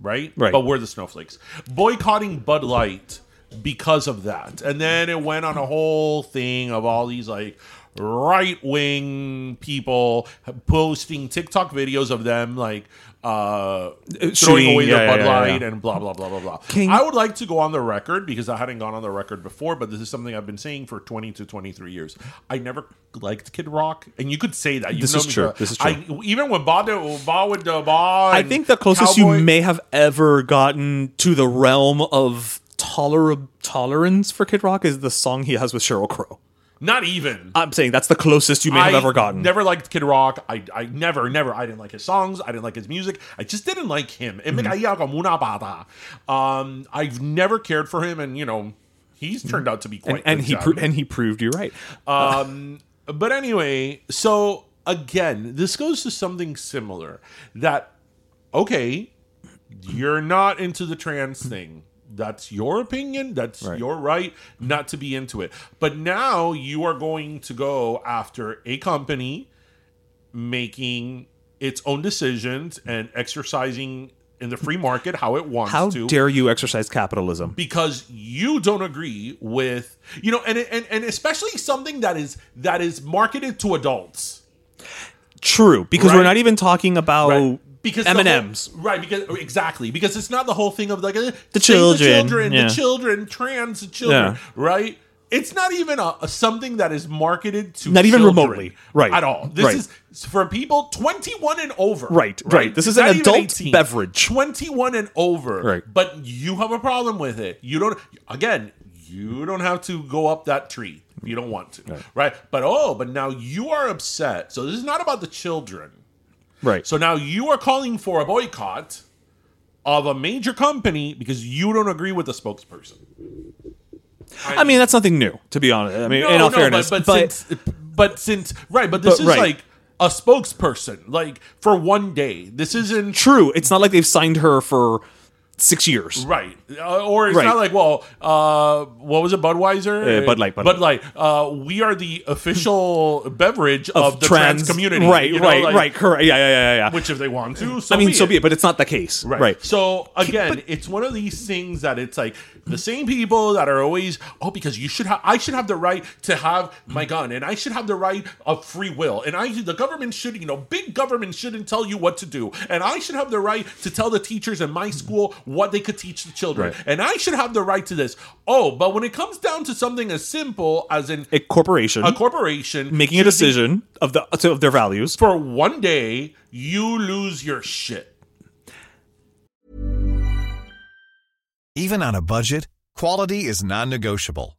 right?
Right.
But we're the snowflakes. Boycotting Bud Light because of that. And then it went on a whole thing of all these like right wing people posting TikTok videos of them like uh throwing
shooting,
away their
yeah, yeah,
Bud
yeah, yeah.
Light and and blah blah blah blah blah.
Can-
I would like to go on the record because I hadn't gone on the record before, but this is something I've been saying for twenty to twenty three years. I never liked Kid Rock, and you could say that. You
This
know
is
me
true.
for-
This is
I, even when Bob did, Bob with the ball,
I think the closest you may have ever gotten to the realm of toler- tolerance for Kid Rock is the song he has with Cheryl Crow.
not even.
I'm saying that's the closest you may have
I
ever gotten.
Never liked Kid Rock. I, I never, never. I didn't like his songs. I didn't like his music. I just didn't like him. It me
Mm-hmm.
caía como una bata. Um, I've never cared for him, and you know, he's turned out to be quite.
Mm-hmm. and, and
good
he
job.
pro- and he proved you right.
Um, But anyway, so again, this goes to something similar that, okay, you're not into the trans thing. That's your opinion. That's your right not to be into it. But now you are going to go after a company making its own decisions and exercising in the free market how it wants
How
to
dare you exercise capitalism?
because you don't agree with you know and, and and especially something that is that is marketed to adults
True, because we're
Right.
not even talking about
because the
M and M's.
whole- right because oh, exactly because it's not the whole thing of like eh, save the
children,
children
yeah.
the children trans children
Yeah.
right it's not even a, a something that is marketed to
Not even
children
remotely. Right.
at all this
Right.
is for people 21 and over
Right, right. This is an
Not even
adult beverage.
21 and over.
Right.
But you have a problem with it. You don't, again, you don't have to go up that tree if you don't want to. Right. But oh, but now you are upset. So this is not about the children.
Right.
So now you are calling for a boycott of a major company because you don't agree with the spokesperson.
I mean, that's nothing new, to be honest. I mean, in all fairness,
but,
but,
but, since, but since, right, but this
But,
is
right.
like a spokesperson, like for one day. This isn't
true, it's not like they've signed her for six years.
Right. Uh, or it's
Right.
not like, well, uh, what was it, Budweiser?
Uh, Bud Light, Bud
Bud Light. Uh, we are the official beverage of, the trans, community.
right?
you know,
right?
like,
right? Correct. Yeah, yeah, yeah, yeah.
Which, if they want to, so
I mean,
be
so
it.
be it, but it's not the case, right?
So again, it's one of these things that it's like the same people that are always, oh, because you should have, I should have the right to have my gun, and I should have the right of free will, and I, the government should, you know, big government shouldn't tell you what to do, and I should have the right to tell the teachers in my school what they could teach the children,
Right.
and I should have the right to this. Oh, but when it comes down to something as simple as an
A corporation
a corporation
making a decision of the of their values.
for one day, you lose your shit.
Even on a budget, quality is non-negotiable.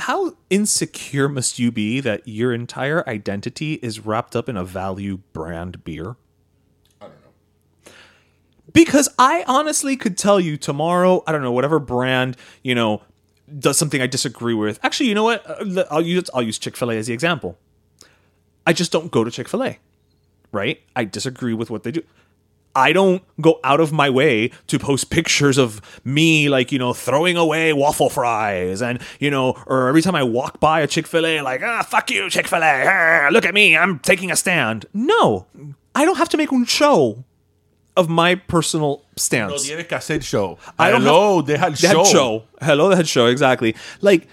how insecure must you be that your entire identity is wrapped up in a value brand beer? Because I honestly could tell you tomorrow, I don't know, whatever brand, you know, does something I disagree with. Actually, you know what? Uh, I'll use I'll use Chick-fil-A as the example. I just don't go to Chick-fil-A. Right? I disagree with what they do. I don't go out of my way to post pictures of me, like, you know, throwing away waffle fries and, you know, or every time I walk by a Chick fil A, like, ah, fuck you, Chick fil A, look at me, I'm taking a stand. No, I don't have to make a show of my personal stance.
No tiene que hacer show.
I don't
Hello,
have-
deja el
They had
show.
Hello, they had show. Exactly. Like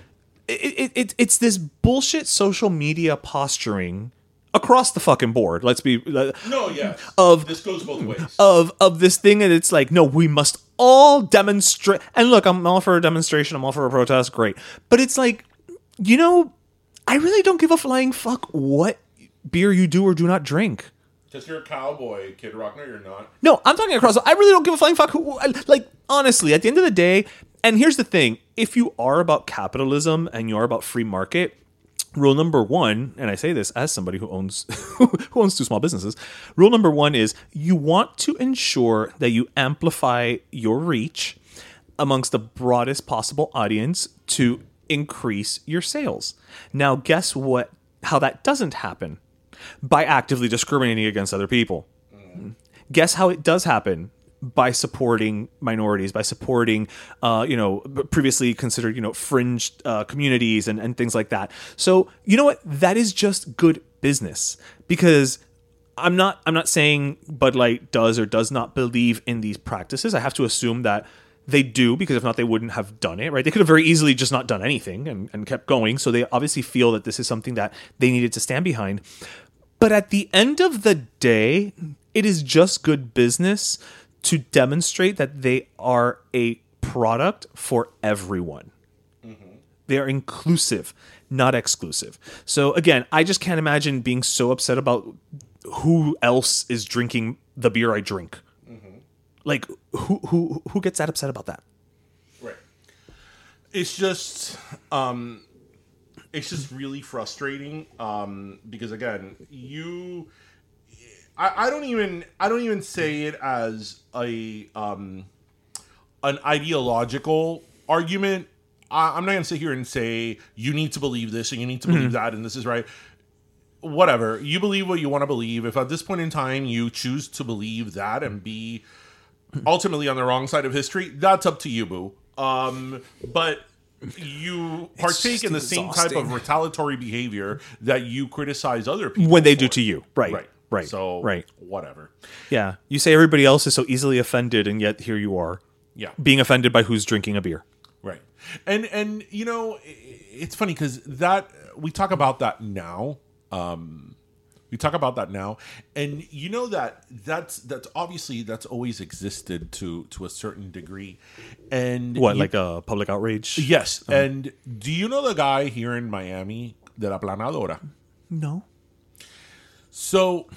it, it, it, it's this bullshit social media posturing across the fucking board. Let's be
No, yeah.
Of-
Oh, this goes both ways.
of of this thing that it's like no we must all demonstrate and look i'm all for a demonstration i'm all for a protest great but it's like you know i really don't give a flying fuck what beer you do or do not drink
Because you're a cowboy, Kid Rock. No, you're not.
no, I'm talking across. I really don't give a flying fuck. Who, I- like, honestly, at the end of the day, and here's the thing if you are about capitalism and you are about free market, rule number one, and I say this as somebody who owns who owns two small businesses, rule number one is you want to ensure that you amplify your reach amongst the broadest possible audience to increase your sales. Now, guess what? How that doesn't happen by actively discriminating against other people guess how it does happen by supporting minorities by supporting uh, you know b- previously considered you know fringe uh, communities and, and things like that so you know what that is just good business because i'm not i'm not saying bud light does or does not believe in these practices i have to assume that they do because if not they wouldn't have done it right they could have very easily just not done anything and, and kept going so they obviously feel that this is something that they needed to stand behind but at the end of the day, it is just good business to demonstrate that they are a product for everyone. They are inclusive, not exclusive. So again, I just can't imagine being so upset about who else is drinking the beer I drink. Like who who who gets that upset about that?
Right. It's just, um, it's just really frustrating. Um, because again, you, I, I don't even, I don't even say it as a, um, an ideological argument. I, I'm not going to sit here and say you need to believe this and you need to
Mm-hmm.
believe that and this is right. Whatever you believe, what you want to believe. If at this point in time you choose to believe that and be ultimately on the wrong side of history, that's up to you, boo. Um, but you partake
just
in the same type of
exhausting.
retaliatory behavior that you criticize other people
When they
for.
do to you.
Right.
Right. Right. Right.
So
right.
whatever.
Yeah. You say everybody else is so easily offended and yet here you are
Yeah.
being offended by who's drinking a beer.
Right. And and you know, i- it's funny because that we talk about that now. Um, we talk about that now, and you know that that's that's obviously that's always existed to to a certain degree. And
What,
you-
like Uh-huh. a public outrage?
yes. And do you know the guy here in Miami, de la Planadora?
No.
So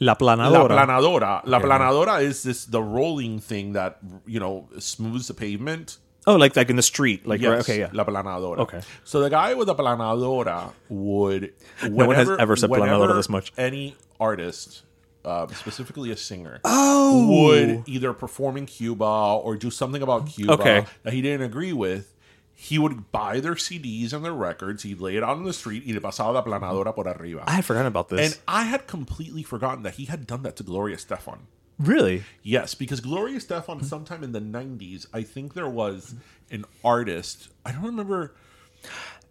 La planadora.
La planadora. La planadora is this the rolling thing that you know smooths the pavement.
oh, like like in the street. Like
Yes,
right, okay, yeah.
La planadora.
Okay.
So the guy with the planadora would.
No one has
whenever-
ever said planadora
whenever
this much.
Any artist, uh, specifically a singer, oh. would either perform in Cuba or do something about Cuba
Okay.
that he didn't agree with. He would buy their CDs and their records. He'd lay it out on the street. Y le pasaba la planadora por arriba.
I had forgotten about this.
and I had completely forgotten that he had done that to Gloria Stefan.
really?
Yes, because Gloria Stefan, sometime in the 90s, I think there was an artist. I don't remember.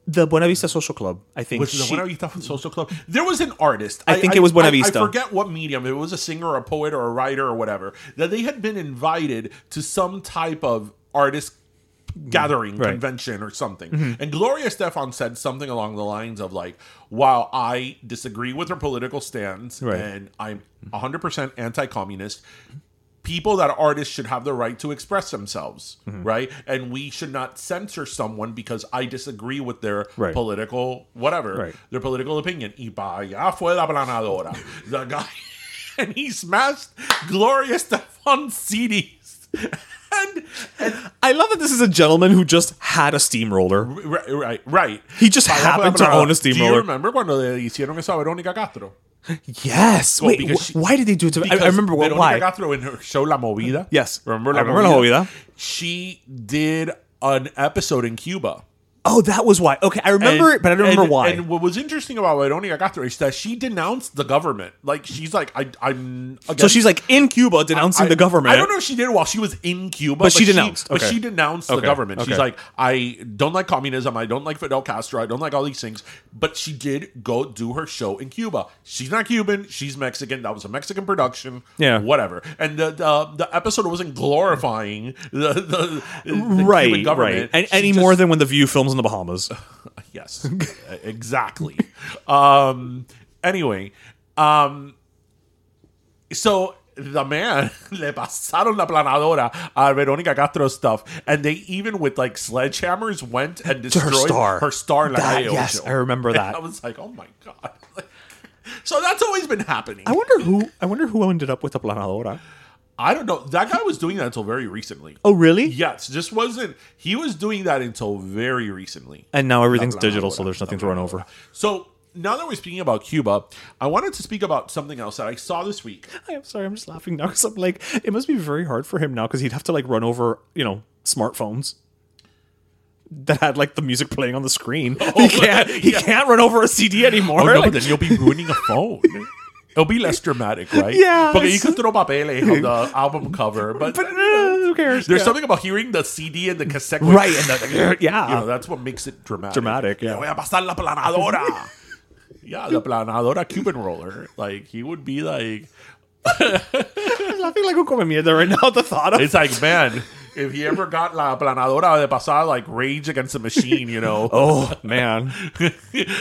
The Buena Vista Social Club, I think.
Was it the
she-
Buena Vista Social Club? There was an artist.
I think it was Buena Vista.
I forget what medium. It was a singer, a poet, or a writer, or whatever. That they had been invited to some type of artist gathering,
Right. Mm-hmm.
convention, or something. And Gloria Stefan said something along the lines of like, "While I disagree with her political stance,
Right.
and I'm 100% anti-communist." people that artists should have the right to express themselves,
Mm-hmm.
right? And we should not censor someone because I disagree with their
Right.
political whatever,
Right.
their political opinion. Y pa allá fue la planadora. the guy, and he smashed Gloria Stefan's CDs. And, and
I love that this is a gentleman who just had a steamroller.
right, right, right.
He just
Pa allá fue la
happened to
planadora.
own a
Do you
steamroller.
remember cuando le hicieron eso a Verónica Castro?
Yes.
Well,
Wait,
Oh, because
wh-
she-
why did they do it to I- I,
Because
remember what,
Verónica
why.
Castro in her show La Movida.
Yes.
remember
I remember La Movida.
She did an episode in Cuba
Oh, that was why. Okay, I remember
And-
it, but I don't remember
and-
why.
And what was interesting about Veronica Castro is that she denounced the government. Like she's like I, I'm.
so
against-
she's like in Cuba denouncing
I-
the government.
I don't know if she did it while she was in Cuba,
But she denounced.
But
Okay.
she denounced the
Okay.
government. She's
Okay.
like, I don't like communism. I don't like Fidel Castro. I don't like all these things. But she did go do her show in Cuba. She's not Cuban. She's Mexican. That was a Mexican production.
Yeah.
whatever. And the the, the episode wasn't glorifying the, the, the
right,
Cuban government
right. And,
She
any
just-
more than when the View films in the Bahamas.
Yes, exactly. um, anyway, um, so the man le pasaron la planadora a Veronica Castro stuff, and they even with like sledgehammers went and destroyed
star.
Her star in La
That-
Calle
yes,
Ocho.
I remember
And
that.
I was like, oh my god. so that's always been happening.
I wonder who. I wonder who ended up with the planadora.
I don't know. That guy was doing that until very recently.
Oh, really?
Yes, just wasn't. He was doing that until very recently.
And now everything's
Blah, blah,
digital,
blah,
so there's
blah,
nothing to
blah,
run
blah,
over.
blah. So now that we're speaking about Cuba, I wanted to speak about something else that I saw this week.
I'm sorry, I'm just laughing now because I'm like, it must be very hard for him now because he'd have to like run over, you know, smartphones that had like the music playing on the screen. he can't, he
yeah.
can't run over a CD anymore.
Oh no,
Like,
then you'll be ruining a phone. It'll be less dramatic, right?
Yeah,
Porque you
it's-
could throw papele on the album cover, but,
but uh, who cares?
there's
Yeah.
something about hearing the CD and the cassette,
Right, and the- yeah.
you know, that's what makes it dramatic.
Dramatic, yeah.
Voy a pasar la planadora. yeah, the planadora Cuban roller. Like he would be like,
I'm laughing like a come mierda right now. at The thought of
it's like man, if he ever got la planadora de pasar, like Rage Against the Machine, you know.
oh man,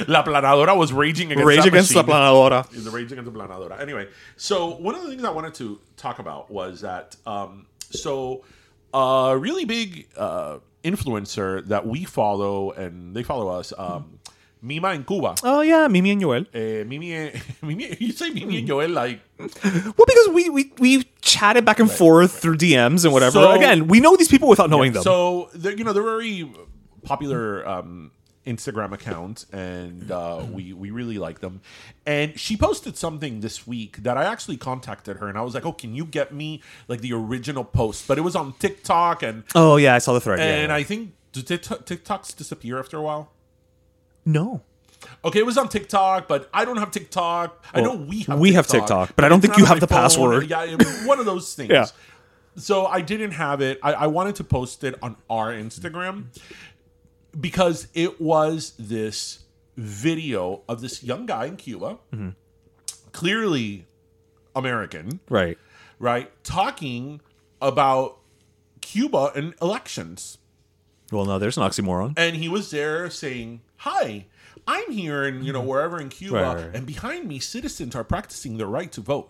La planadora was raging against
rage
that
against the
machine.
planadora.
The rage against the planadora. Anyway, so one of the things I wanted to talk about was that um, so a really big uh, influencer that we follow and they follow us, um, Mima in Cuba.
Oh yeah, Mimi and Yoel.
Eh, Mimi, Mimi, you say Mimi and Joel like
Well, because we we we chatted back and forth through DMs and whatever.
So-
Again, we know these people without knowing them.
So they're, you know they're very popular um, Instagram account, and uh, we we really like them. And she posted something this week that I actually contacted her, and I was like, "Oh, can you get me like the original post?" But it was on TikTok, and
oh yeah, I saw the thread. yeah,
and
yeah.
I think do TikTok, TikToks disappear after a while.
no.
Okay, it was on TikTok, but I don't have TikTok. I know
Well,
we have
we have TikTok, but I don't
it's
think
not
you
on
have
my
the password.
Yeah, it was one of those things.
Yeah.
So I didn't have it. I, I wanted to post it on our Instagram because it was this video of this young guy in Cuba,
Mm-hmm.
clearly American,
Right.
right, talking about Cuba and elections
Well, no, there's an oxymoron.
and he was there saying, "Hi, I'm here in you know wherever in Cuba,
Mm-hmm. Right, right, right.
and behind me, citizens are practicing their right to vote."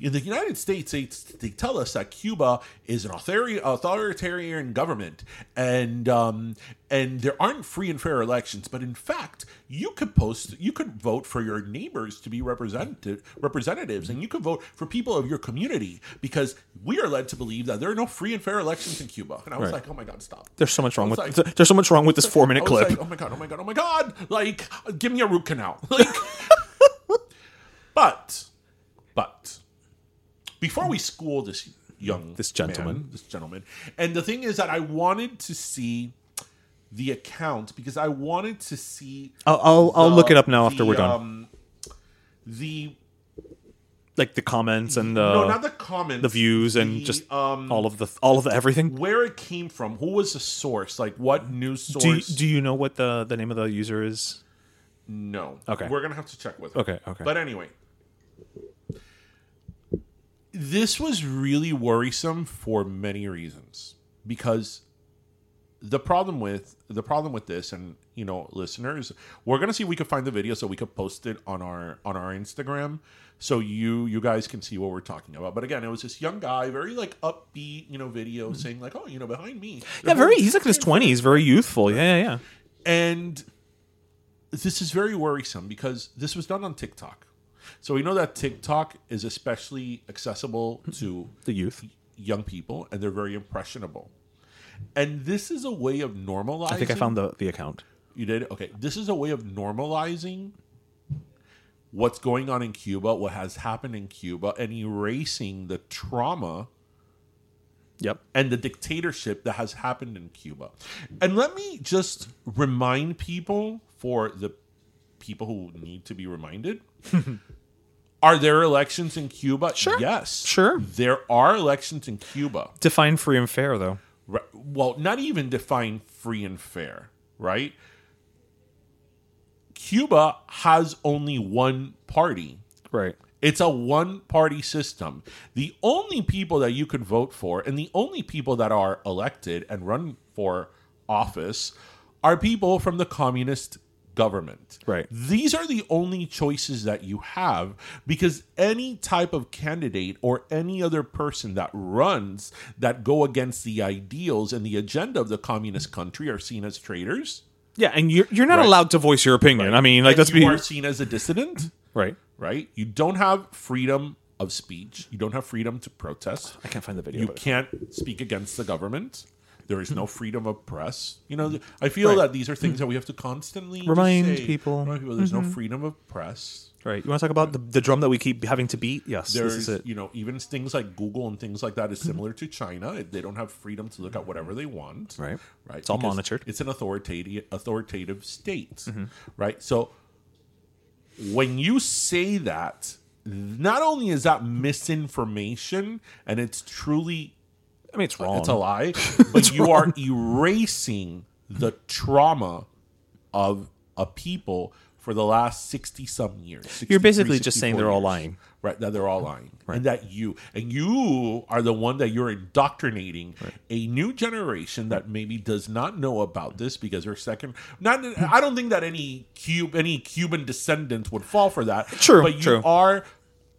In the United States, they, they tell us that Cuba is an authori- authoritarian government, and um, and there aren't free and fair elections. But in fact, you could post, you could vote for your neighbors to be representative representatives, and you could vote for people of your community because we are led to believe that there are no free and fair elections in Cuba. And I was
Right.
like, oh my god, stop!
There's so much wrong
I
with
was like-
there's so much wrong with this four minute
I was
clip.
Like, oh my god! Oh my god! Oh my god! Like, give me a root canal. Like, but, but, before we school this young,
This gentleman.
man, this gentleman, and the thing is that I wanted to see the account because I wanted to see
I'll I'll, I'll look
the-
it up now after
the,
we're done.
Um, the
like the comments and the
no, not the comments,
Uh, the views and
the,
just
um,
all of the all of the everything.
where it came from. Who was the source? Like, what news source?
Do you, do you know what the the name of the user is?
No.
Okay.
We're gonna have to check with her.
Okay, okay.
But anyway. This was really worrisome for many reasons. Because the problem with the problem with this, and you know, listeners, we're gonna see if we could find the video so we could post it on our on our Instagram so you you guys can see what we're talking about. But again, it was this young guy, very like upbeat, you know, video
Mm-hmm.
saying like, Oh, you know, behind me.
Yeah, very. He's like in his twenties, very youthful. Yeah, yeah, yeah.
And this is very worrisome because this was done on TikTok. So we know that TikTok is especially accessible to
The youth.
young people and they're very impressionable. And this is a way of normalizing.
I think I found the the account.
You did? Okay. This is a way of normalizing what's going on in Cuba, what has happened in Cuba, and erasing the trauma
Yep.
and the dictatorship that has happened in Cuba. And let me just remind people for the people who need to be reminded. Are there elections in Cuba? Sure. Yes.
Sure.
There are elections in Cuba.
Define free and fair, though.
Re- well, not even define free and fair, right? Cuba has only one party.
Right.
It's a one party system. The only people that you could vote for and the only people that are elected and run for office are people from the communist government.
Right.
These are the only choices that you have because any type of candidate or any other person that runs that go against the ideals and the agenda of the communist country are seen as traitors.
Yeah, and you're you're not allowed to voice your opinion. I mean, like
and
that's
you
be
are seen as a dissident.
right.
right? You don't have freedom of speech. You don't have freedom to protest.
I can't find the Hmm. video.
You
but-
can't speak against the government. There is no freedom of press. You know, th- I feel that these are things that we have to constantly just
Remind
say.
people. Mm-hmm.
Remind people there's no freedom of press.
Right. You want to talk about the, the drum that we keep having to beat? Yes,
There's,
this is it. Hmm.
you know, even things like Google and things like that is similar to China. They don't have freedom to look at whatever they want.
Right.
Right.
It's all
Because
monitored. Mm-hmm.
It's an authoritative authoritative state. Right. So when you say that, not only is that misinformation and it's truly
I mean, it's wrong.
it's a lie, but you are erasing the trauma of a people for the last 60 some years. 63,
You're basically just
64
saying they're all
years.
lying.
Right, that they're all lying. And that you and you are the one that you're indoctrinating a new generation that maybe does not know about this because they're second not I don't think that any cube any Cuban descendants would fall for that.
True,
But you
true.
are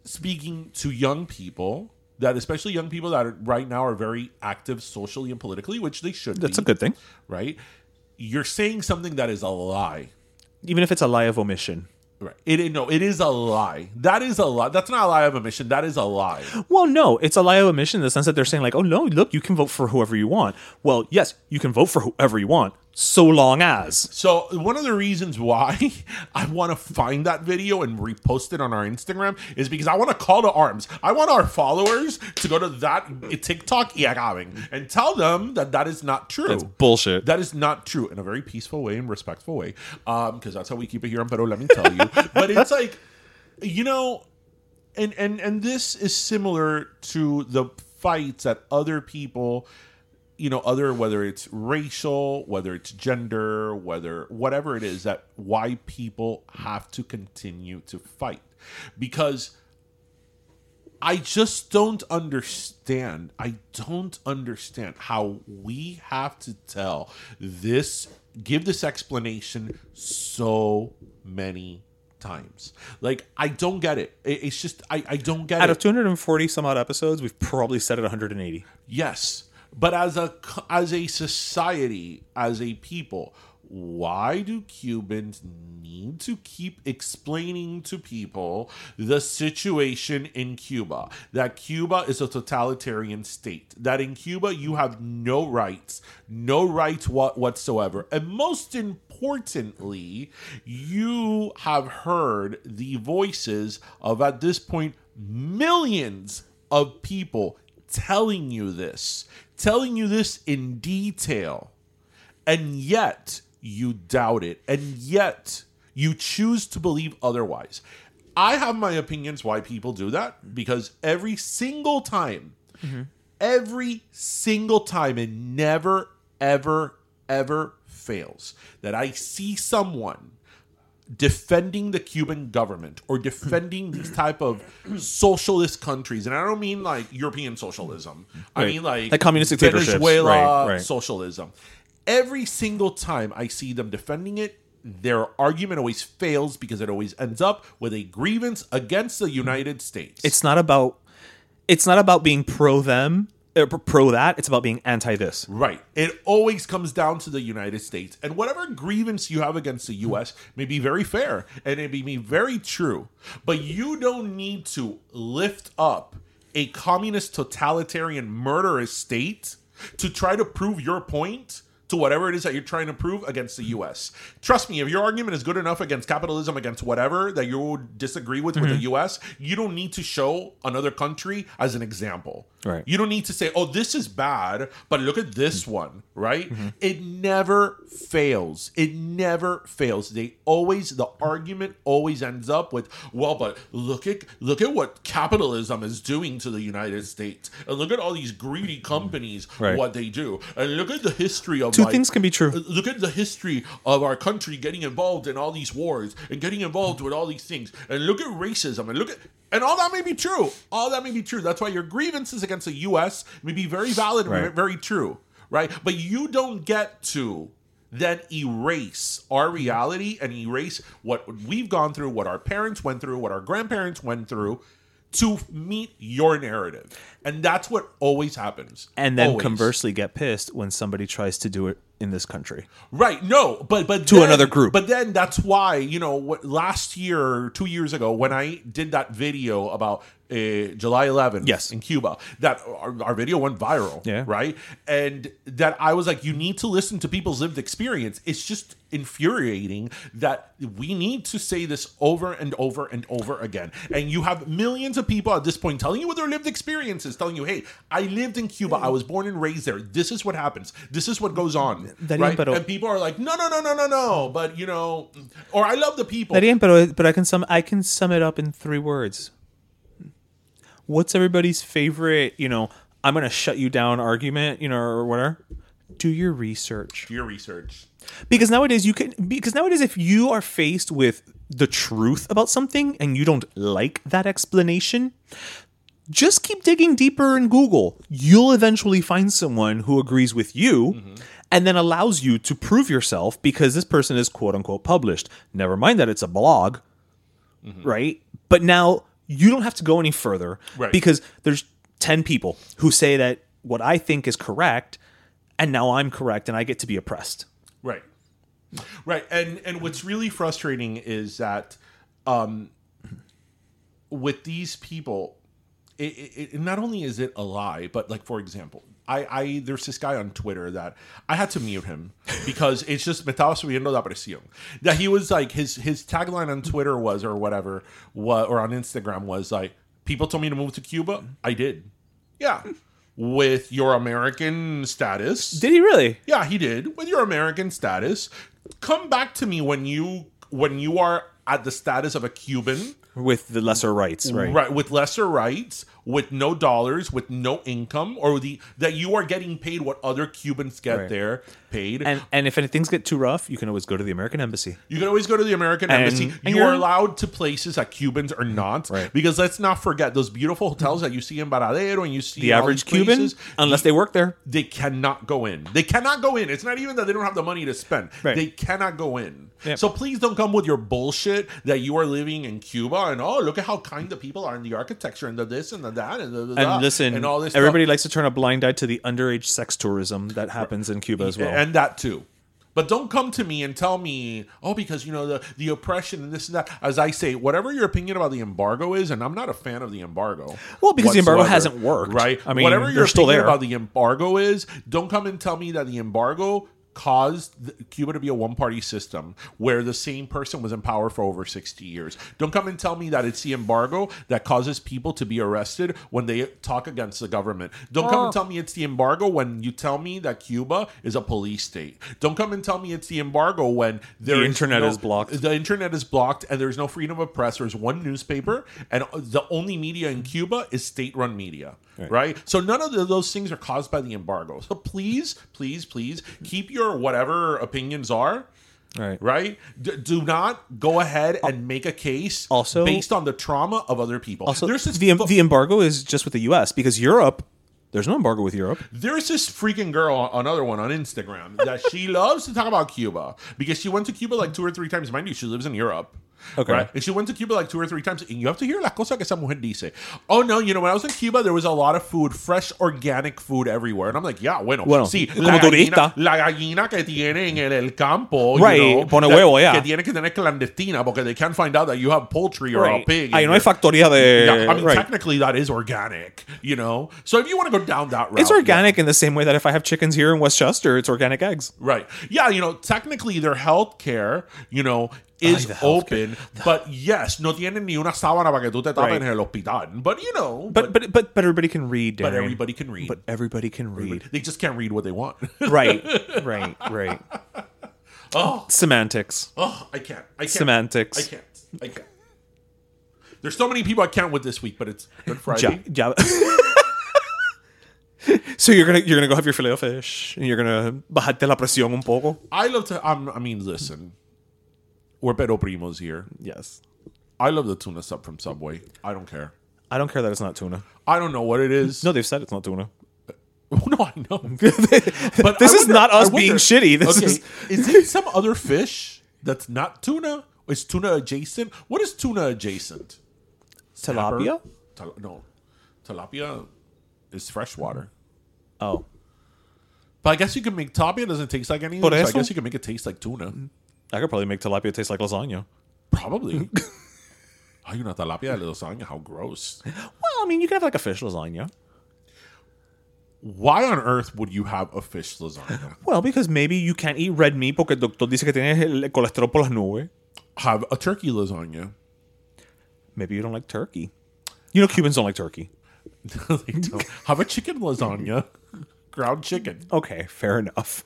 speaking to young people that especially young people that are, right now are very active socially and politically, which they should
That's
be,
a good thing,
right? You're saying something that is a lie.
even if it's a lie of omission.
Right. It is- no, it is a lie. That is a lie. That's not a lie of omission. That is a lie.
Well, no, it's a lie of omission in the sense that they're saying like, oh no, look, you can vote for whoever you want. Well, yes, you can vote for whoever you want, so long as.
So one of the reasons why I want to find that video and repost it on our Instagram is because I want to call to arms. I want our followers to go to that TikTok Iagaving and tell them that that is not true. That's
bullshit.
That is not true in a very peaceful way and respectful way, because that's how we keep it here on Pero. Let me tell you. but it's like, you know, and and and this is similar to the fights that other people you know other whether it's racial whether it's gender whether whatever it is that why people have to continue to fight because i just don't understand i don't understand how we have to tell this give this explanation so many times like i don't get it, It- it's just i, I don't get
Out
it
of 240 some odd episodes, we've probably said it 180.
Yes, but as a co- as a society, as a people, why do Cubans need to keep explaining to people the situation in Cuba? That Cuba is a totalitarian state. That in Cuba you have no rights, no rights what whatsoever. And most importantly, you have heard the voices of at this point millions of people telling you this, telling you this in detail. And yet you doubt it. And yet you choose to believe otherwise. I have my opinions why people do that because every single time, every single time, it never, ever, ever fails that I see someone defending the Cuban government or defending these type of socialist countries, and I don't mean like European socialism. I
Right.
mean like
Like communist dictatorships.
Venezuela
Right, right.
socialism. Every single time I see them defending it, their argument always fails because it always ends up with a grievance against the United States.
It's not about it's not about being pro them, er, pro that, it's about being anti this.
Right. It always comes down to the United States. And whatever grievance you have against the US may be very fair and it may be very true. But you don't need to lift up a communist, totalitarian, murderous state to try to prove your point to whatever it is that you're trying to prove against the US. Trust me, if your argument is good enough against capitalism, against whatever that you disagree with with the US, you don't need to show another country as an example.
Right.
You don't need to say, oh, this is bad, but look at this one, right?
Mm-hmm.
It never fails. It never fails. They always the argument always ends up with, well, but look at look at what capitalism is doing to the United States. And look at all these greedy companies,
Mm-hmm. Right.
what they do. And look at the history of
Two
like-
things can be true.
Look at the history of our country getting involved in all these wars and getting involved with all these things. And look at racism and look at and all that may be true. All that may be true. That's why your grievances against the US may be very valid and
Right.
very true. Right? But you don't get to then erase our reality and erase what we've gone through, what our parents went through, what our grandparents went through to meet your narrative. And that's what always happens.
and then
Always.
conversely get pissed when somebody tries to do it in this country.
Right. No, but but
To another group.
But then that's why you know what, last year, two years ago, when I did that video about uh, July 11th,
Yes.
in Cuba, that our, our video went viral.
Yeah.
Right. And that I was like, you need to listen to people's lived experience. It's just infuriating that we need to say this over and over and over again. And you have millions of people at this point telling you what their lived experience is, telling you, hey, I lived in Cuba. I was born and raised there. This is what happens. This is what goes on.
Darían,
Right?
pero-
and people are like, no, no, no, no, no, no. But you know, or I love the people.
Darían, pero, but I can sum I can sum it up in three words. What's everybody's favorite? You know, I'm gonna shut you down argument. You know, or whatever. Do your research
Do your research.
because nowadays you can because nowadays if you are faced with the truth about something and you don't like that explanation just keep digging deeper in google you'll eventually find someone who agrees with you and then allows you to prove yourself because this person is quote unquote published never mind that it's a blog right but now you don't have to go any further
Right.
because there's 10 people who say that what i think is correct and now i'm correct and i get to be oppressed
Right. Right. And and what's really frustrating is that um with these people it, it, it not only is it a lie, but like for example, I, I there's this guy on Twitter that I had to mute him because it's just me estaba subiendo la presión. That he was like his his tagline on Twitter was or whatever what or on Instagram was like people told me to move to Cuba. I did. Yeah. With your American status.
Did he really?
Yeah, he did. With your American status, come back to me when you when you are at the status of a Cuban,
With the lesser rights, right?
with lesser rights, with no dollars, with no income, or the that you are getting paid what other Cubans get
Right.
there paid.
And and if things get too rough, you can always go to the American embassy.
you can always go to the American
And-
embassy.
and
you
you're-
are allowed to places that Cubans are not,
Right.
because let's not forget those beautiful hotels that you see in Baradero and you see
The
in all
average
these
Cuban,
places,
unless they work there,
they cannot go in. They cannot go in. It's not even that they don't have the money to spend.
Right.
They cannot go in.
Yep.
So please don't come with your bullshit that you are living in Cuba and oh look at how kind the people are and the architecture and the this and the that and the, the-
and
the-
listen,
and all this stuff.
everybody likes to turn a blind eye to the underage sex tourism that happens in Cuba as well.
and that too. But don't come to me and tell me, oh, because you know the, the oppression and this and that. As I say, whatever your opinion about the embargo is, and I'm not a fan of the embargo.
Well, because the embargo
whatsoever,
hasn't worked.
right?
I mean,
whatever
they're
your
still
opinion
there.
about the embargo is, don't come and tell me that the embargo caused the- Cuba to be a one party system where the same person was in power for over 60 years. Don't come and tell me that it's the embargo that causes people to be arrested when they talk against the government. Don't come and tell me it's the embargo when you tell me that Cuba is a police state. Don't come and tell me it's the embargo when there
The
is
internet
no-
is blocked.
the internet is blocked and there's no freedom of press. There's one newspaper, and the only media in Cuba is state run media. Right. So none of the, those things are caused by the embargo. So please, please, please keep your whatever opinions are.
Right.
Right. D- do not go ahead and make a case
Also-
based on the trauma of other people.
Also,
there's this
the the embargo is just with the U.S. because Europe, there's no embargo with Europe.
There's this freaking girl, another one on Instagram, that she loves to talk about Cuba because she went to Cuba like two or three times. Mind you, she lives in Europe.
Okay.
Right? And she went to Cuba like two or three times. And you have to hear la cosa que esa mujer dice. Oh, no, you know, when I was in Cuba, there was a lot of food, fresh, organic food everywhere. And I'm like, yeah, bueno.
Bueno,
sí,
como
la gallina,
turista.
la gallina que tiene en el, el campo. you
Right,
know,
pone
that-
huevo, yeah.
Que tiene que tener clandestina because they can't find out that you have poultry or a
Right.
pig.
Ahí
in
no hay
your-
factoría de.
Yeah, I mean,
right.
technically, that is organic, you know? So if you want to go down that route.
It's
yeah.
organic in the same way that if I have chickens here in Westchester, it's organic eggs.
Right. Yeah, you know, technically their health care, you know, is
the healthcare.
open, but yes, no tienen ni una sábana para que tú te tapes en
Right.
el hospital. But you know,
But but but, but everybody can read.
but
Darren.
everybody can read.
But everybody can read.
they just can't read what they want.
right. Right. Right.
Oh.
Semantics.
oh, I can't. I can't.
Semantics.
I can't. I can't. There's so many people I can't with this week, but it's Good
Ja-
Friday.
ja- so you're gonna you're gonna go have your filet of fish and you're gonna bajarte la presión un poco.
I love to. I'm, I mean, listen, we're pero primos here.
Yes.
I love the tuna sub from Subway. I don't care.
I don't care that it's not tuna.
I don't know what it is.
No, they've said it's not tuna.
No, I know. but
This
I
is not us
I wonder-
being shitty. This
okay,
is-
is it some other fish that's not tuna? Is tuna adjacent? What is tuna adjacent?
Tilapia.
Tal- no, tilapia is freshwater.
Oh.
But I guess you can make tilapia doesn't taste like anything.
Por
So I
eso?
guess you can make it taste like tuna.
I could probably make tilapia taste like lasagna.
Probably. Are you not tilapia de lasagna? How gross!
Well, I mean, you could have like a fish lasagna.
Why on earth would you have a fish lasagna?
Well, because maybe you can't eat red meat porque el doctor dice que tienes el colesterol por las nubes.
Have a turkey lasagna?
Maybe you don't like turkey. You know, Cubans don't like turkey.
They don't. Have a chicken lasagna? Ground chicken.
Okay, fair enough.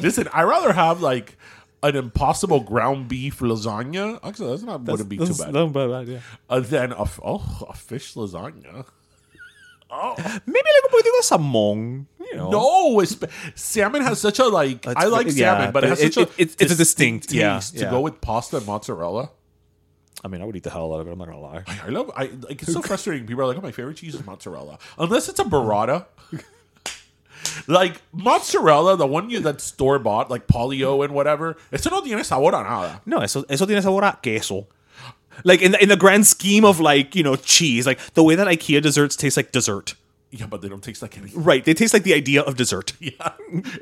Listen, I rather have like an impossible ground beef lasagna. Actually, that's not wouldn't be too
That's-
bad.
that's not bad, yeah.
Uh, than a f- oh a fish lasagna.
Maybe like un poquitito de salmon. You know.
No, it's, salmon has such a like.
It's
I like
ve- yeah,
salmon, but it has
but
such
it-
a
it- it's a distinct, yeah,
taste
yeah.
to go with pasta and mozzarella.
I mean, I would eat the hell out of it. I'm not gonna lie.
I love. I like. It's so frustrating. People are like, "Oh, my favorite cheese is mozzarella," unless it's a burrata. like mozzarella, the one you that store bought, like Polio and whatever. Eso no tiene sabor a nada.
No, eso, eso tiene sabor a queso. Like in the, in the grand scheme of like you know cheese, like the way that IKEA desserts taste like dessert.
Yeah, but they don't taste like anything.
Right, they taste like the idea of dessert.
Yeah,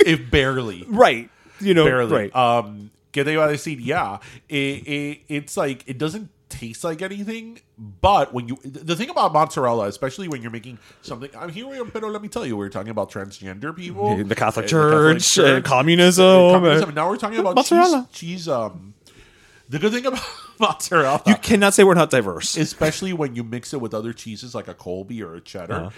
if barely.
Right, you know,
barely.
right.
Um, que te iba a decir? Yeah, it, it, it's like it doesn't taste like anything. But when you the thing about mozzarella, especially when you're making something, I'm here. we are, But let me tell you, we were talking about transgender people,
The
uh,
Catholic
the
Church, uh,
Church,
communism.
communism.
uh,
Now we're talking about
Mozzarella.
Cheese, cheese. Um, the good thing about mozzarella,
you cannot say we're not diverse.
especially when you mix it with other cheeses like a Colby or a cheddar.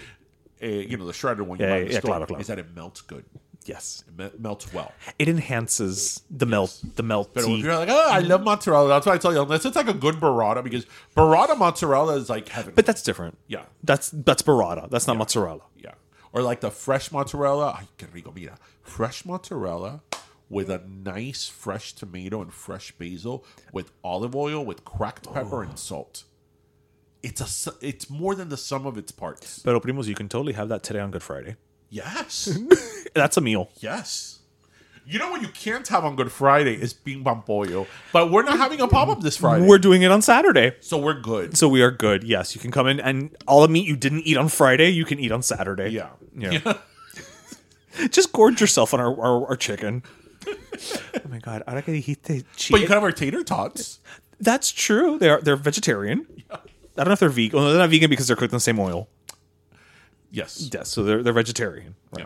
eh, you know the shredded one you
Uh-huh. Yeah,
buy in the
yeah,
store,
claro, claro.
is that it melts good, it
yes,
me- melts well.
it enhances the melt, the melt.
But if you're like, oh, I love mozzarella. That's why I tell you, unless it's like a good burrata, because burrata mozzarella is like heaven.
But that's different.
Yeah.
that's that's burrata. That's not mozzarella.
yeah, or like the fresh mozzarella. Ay, qué rico, mira, fresh mozzarella with a nice fresh tomato and fresh basil, with olive oil, with cracked pepper
Oh.
and salt. It's a, su- it's more than the sum of its parts.
Pero primos, you can totally have that today on Good Friday.
Yes,
That's a meal.
yes. You know what you can't have on Good Friday is bing bang pollo, but we're not having a pop up this Friday,
We're doing it on Saturday.
so we're good.
So we are good. Yes, you can come in and all the meat you didn't eat on Friday, you can eat on Saturday.
Yeah.
Yeah. Just gorge yourself on our, our, our chicken. oh my god, ahora que dijiste
But you
chicken.
can have our tater tots.
That's true. They're they're vegetarian. I don't know if they're vegan. Well, they're not vegan because they're cooked in the same oil.
Yes.
Yes, so they're they're vegetarian.
Yeah.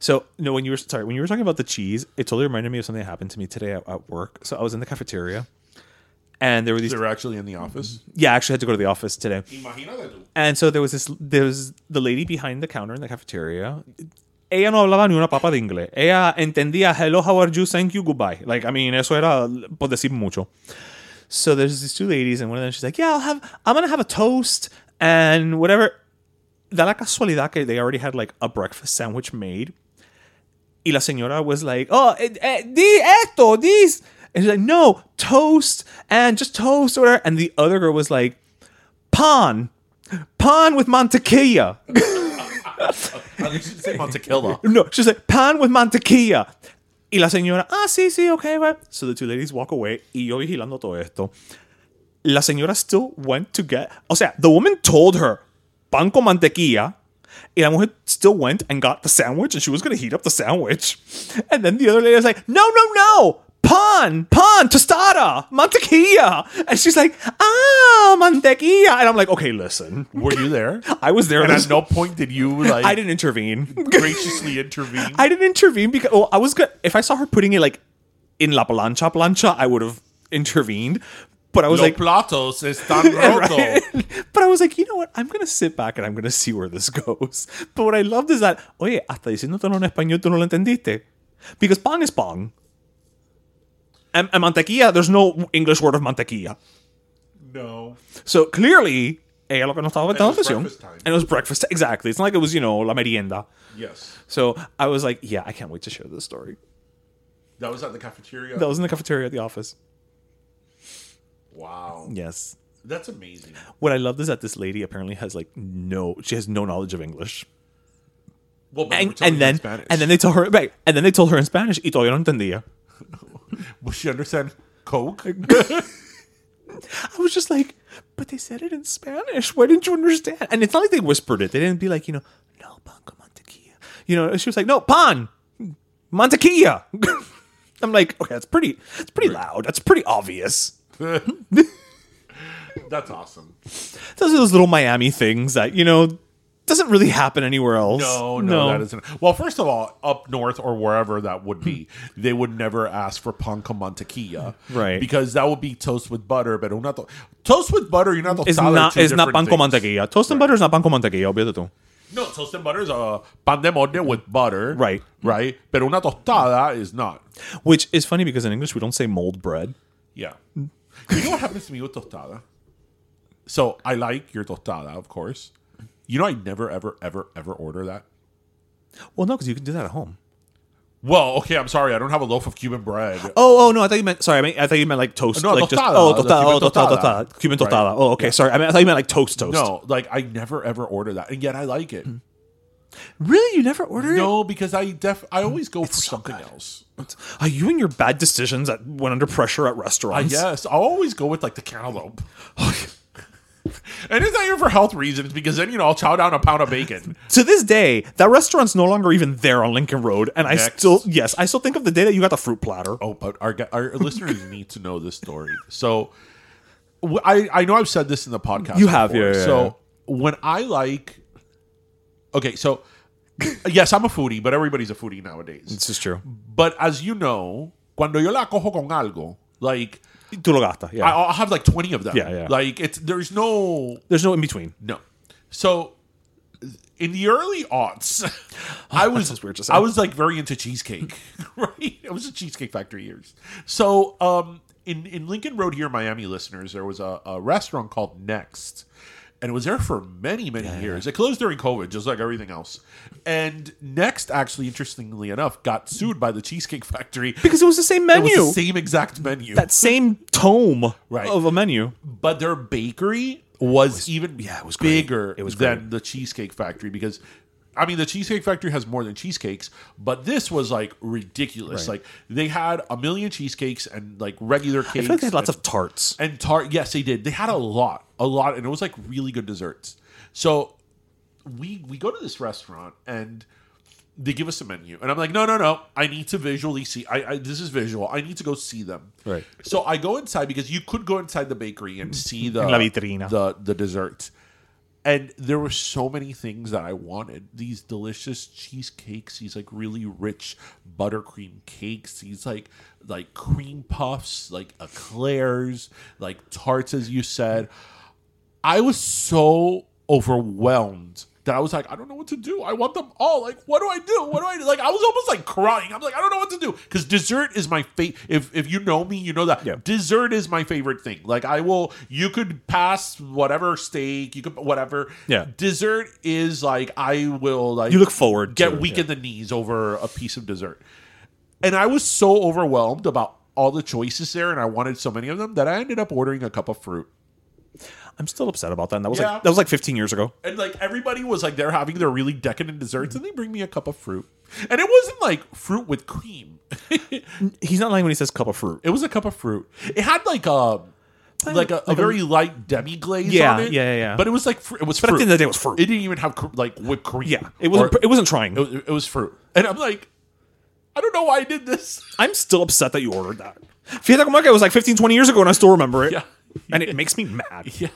So no, when you were sorry, when you were talking about the cheese, it totally reminded me of something that happened to me today at, at work. So I was in the cafeteria, and there were these.
They were actually in the office.
Yeah, I actually had to go to the office today. And so there was this there was the lady behind the counter in the cafeteria. Ella no hablaba ni una papa de inglés. Ella entendía hello, how are you, thank you, goodbye. Like, I mean, eso era por decir mucho. So there's these two ladies, and one of them she's like, yeah, I'll have I'm gonna have a toast and whatever. Da la casualidad que they already had like a breakfast sandwich made. Y la señora was like, oh, eh, eh, di esto, this. And she's like, no, toast and just toast or whatever. And the other girl was like, pan, pan with mantequilla.
You should say Montequilla.
No, she's like, pan with mantequilla. Y la señora, ah, sí, sí, okay, right. So the two ladies walk away y yo vigilando todo esto. La señora still went to get. O sea, the woman told her pan con mantequilla. And la mujer still went and got the sandwich, and she was gonna heat up the sandwich. And then the other lady was like, "No, no, no, pan, pan, tostada, mantequilla." And she's like, "Ah, mantequilla." And I'm like, "Okay, listen,
Were you there?
I was there.
And
There's-
at no point did you like
I didn't intervene.
graciously intervene.
I didn't intervene because well, I was good. If I saw her putting it like in la plancha plancha, I would have intervened. But I was
Los
like,
platos están rotos.
but I was like, you know what? I'm gonna sit back and I'm gonna see where this goes. But what I loved is that, oye, hasta diciéndotelo en español tú no lo entendiste, because pong is pong. And, and mantequilla, there's no English word of mantequilla.
No.
So clearly, ella lo que no estaba prestando
it was
atención.
breakfast time.
And it was breakfast. Exactly. It's not like it was, you know, la merienda.
Yes.
So I was like, yeah, I can't wait to share this story.
That was at the cafeteria.
That was in the cafeteria at the office.
wow.
Yes.
That's amazing.
What I loved is that this lady apparently has like no, she has no knowledge of English.
Well, but
And, and then and then they told her right, and then they told her in Spanish. Y todavía no entendía.
will she understand Coke?
I was just like, but they said it in Spanish. Why didn't you understand? And it's not like they whispered it. They didn't be like, you know, no pan con mantequilla. You know, she was like, no pan, mantequilla. I'm like, okay, that's pretty, that's pretty loud. That's pretty obvious.
That's awesome.
Those are those little Miami things that you know doesn't really happen anywhere else.
No, no, that isn't. Well, first of all, up north or wherever that would be, they would never ask for pan con mantequilla,
Hmm. Right.
Because that would be toast with butter. But not to- toast with butter. You're not
It's
tostada are
not,
two
it's not
different
pan con
things.
mantequilla. Toast and butter is not pan con mantequilla, olvídate tú.
No, toast and butter is uh, pan de molde with butter,
Right.
Right. But una tostada is not.
Which is funny because in English we don't say mold bread.
Yeah. You know what happens to me with tostada? So I like your tostada, of course. You know, I never, ever, ever, ever order that.
Well, no, because you can do that at home.
Well, okay, I'm sorry. I don't have a loaf of Cuban bread.
Oh, oh no! I thought you meant sorry. I, mean, I thought you meant like toast.
No,
like
tostada,
oh,
the
tostada, oh,
Cuban
tostada,
tostada.
tostada, Cuban
Right.
tostada. Oh, okay. Sorry, I, mean, I thought you meant like toast, toast.
No, like I never, ever order that. And yet I like it.
really, you never order
No, because I def I always go for something else.
it. Are Ah, you and your bad decisions that went under pressure at
I
restaurants?
guess I'll always go with like the cantaloupe. and it's not even for health reasons because then you know I'll chow down a pound of bacon.
To this day, that restaurant's no longer even there on Lincoln Road, and I
Next.
still yes, I still think of the day that you got the fruit platter.
Oh, but our gu- our listeners need to know this story. So, w- I I know I've said this in the podcast.
You have,
before.
yeah, yeah,
So when I like, okay, so yes, I'm a foodie, but everybody's a foodie nowadays.
This is true.
but as you know, cuando yo la cojo con algo, like
Tú lo gasta, yeah.
I, I'll have like twenty of them.
Yeah, yeah.
Like it's there's no
There's no in between.
no. So in the early aughts, I was
sounds weird to say.
I was like very into cheesecake, right? It was a cheesecake factory years. So um, in in Lincoln Road here, in Miami listeners, there was a, a restaurant called Next, and it was there for many many years. It closed during COVID, just like everything else. And Next, actually, interestingly enough, got sued by the Cheesecake Factory.
Because it was the same
It
menu.
was the same exact menu,
that same tome
Right.
of a menu.
but their bakery was, even yeah, it was bigger
It was
than the Cheesecake Factory because I mean the Cheesecake Factory has more than cheesecakes, but this was like ridiculous. Like they had a million cheesecakes and like regular cakes.
I feel like they had lots
and-
of tarts.
and tart. Yes, they did. They had a lot, a lot, and it was like really good desserts. So we we go to this restaurant and they give us a menu, and I'm like, no, no, no, I need to visually see. I, I this is visual. I need to go see them.
Right.
So I go inside because you could go inside the bakery and see the
La vitrina.
the the desserts. And there were so many things that I wanted. These delicious cheesecakes, these like really rich buttercream cakes, these like like cream puffs, like eclairs, like tarts, as you said. I was so overwhelmed that I was like, I don't know what to do. I want them all. Like, what do I do? What do I do? Like, I was almost like crying. I'm like, I don't know what to do because dessert is my favorite. If if you know me, you know that
Yeah.
dessert is my favorite thing. Like, I will. You could pass whatever steak. You could whatever.
Yeah.
Dessert is like I will like
You look forward to
get
it,
weak
yeah.
in the knees over a piece of dessert. And I was so overwhelmed about all the choices there, and I wanted so many of them that I ended up ordering a cup of fruit.
I'm still upset about that. And that was
Yeah.
like that was like 15 years ago.
And like everybody was like they're having their really decadent desserts, and they bring me a cup of fruit. And it wasn't like fruit with cream.
He's not lying when he says cup of fruit.
It was a cup of fruit. It had like a
kind
like
of
a, a very light demi glaze
Yeah,
on it.
yeah, yeah, yeah.
But it was like fr- it was.
But at
fruit.
the end of the day, it was fruit.
It didn't even have cr- like whipped cream.
yeah. It wasn't.
Or-
it wasn't trying.
It was, it was fruit, and I'm like, I don't know why I did this.
I'm still upset that you ordered that. Fiesta con Marca was like 15, 20 years ago, and I still remember it.
Yeah.
And it makes me mad.
Yeah.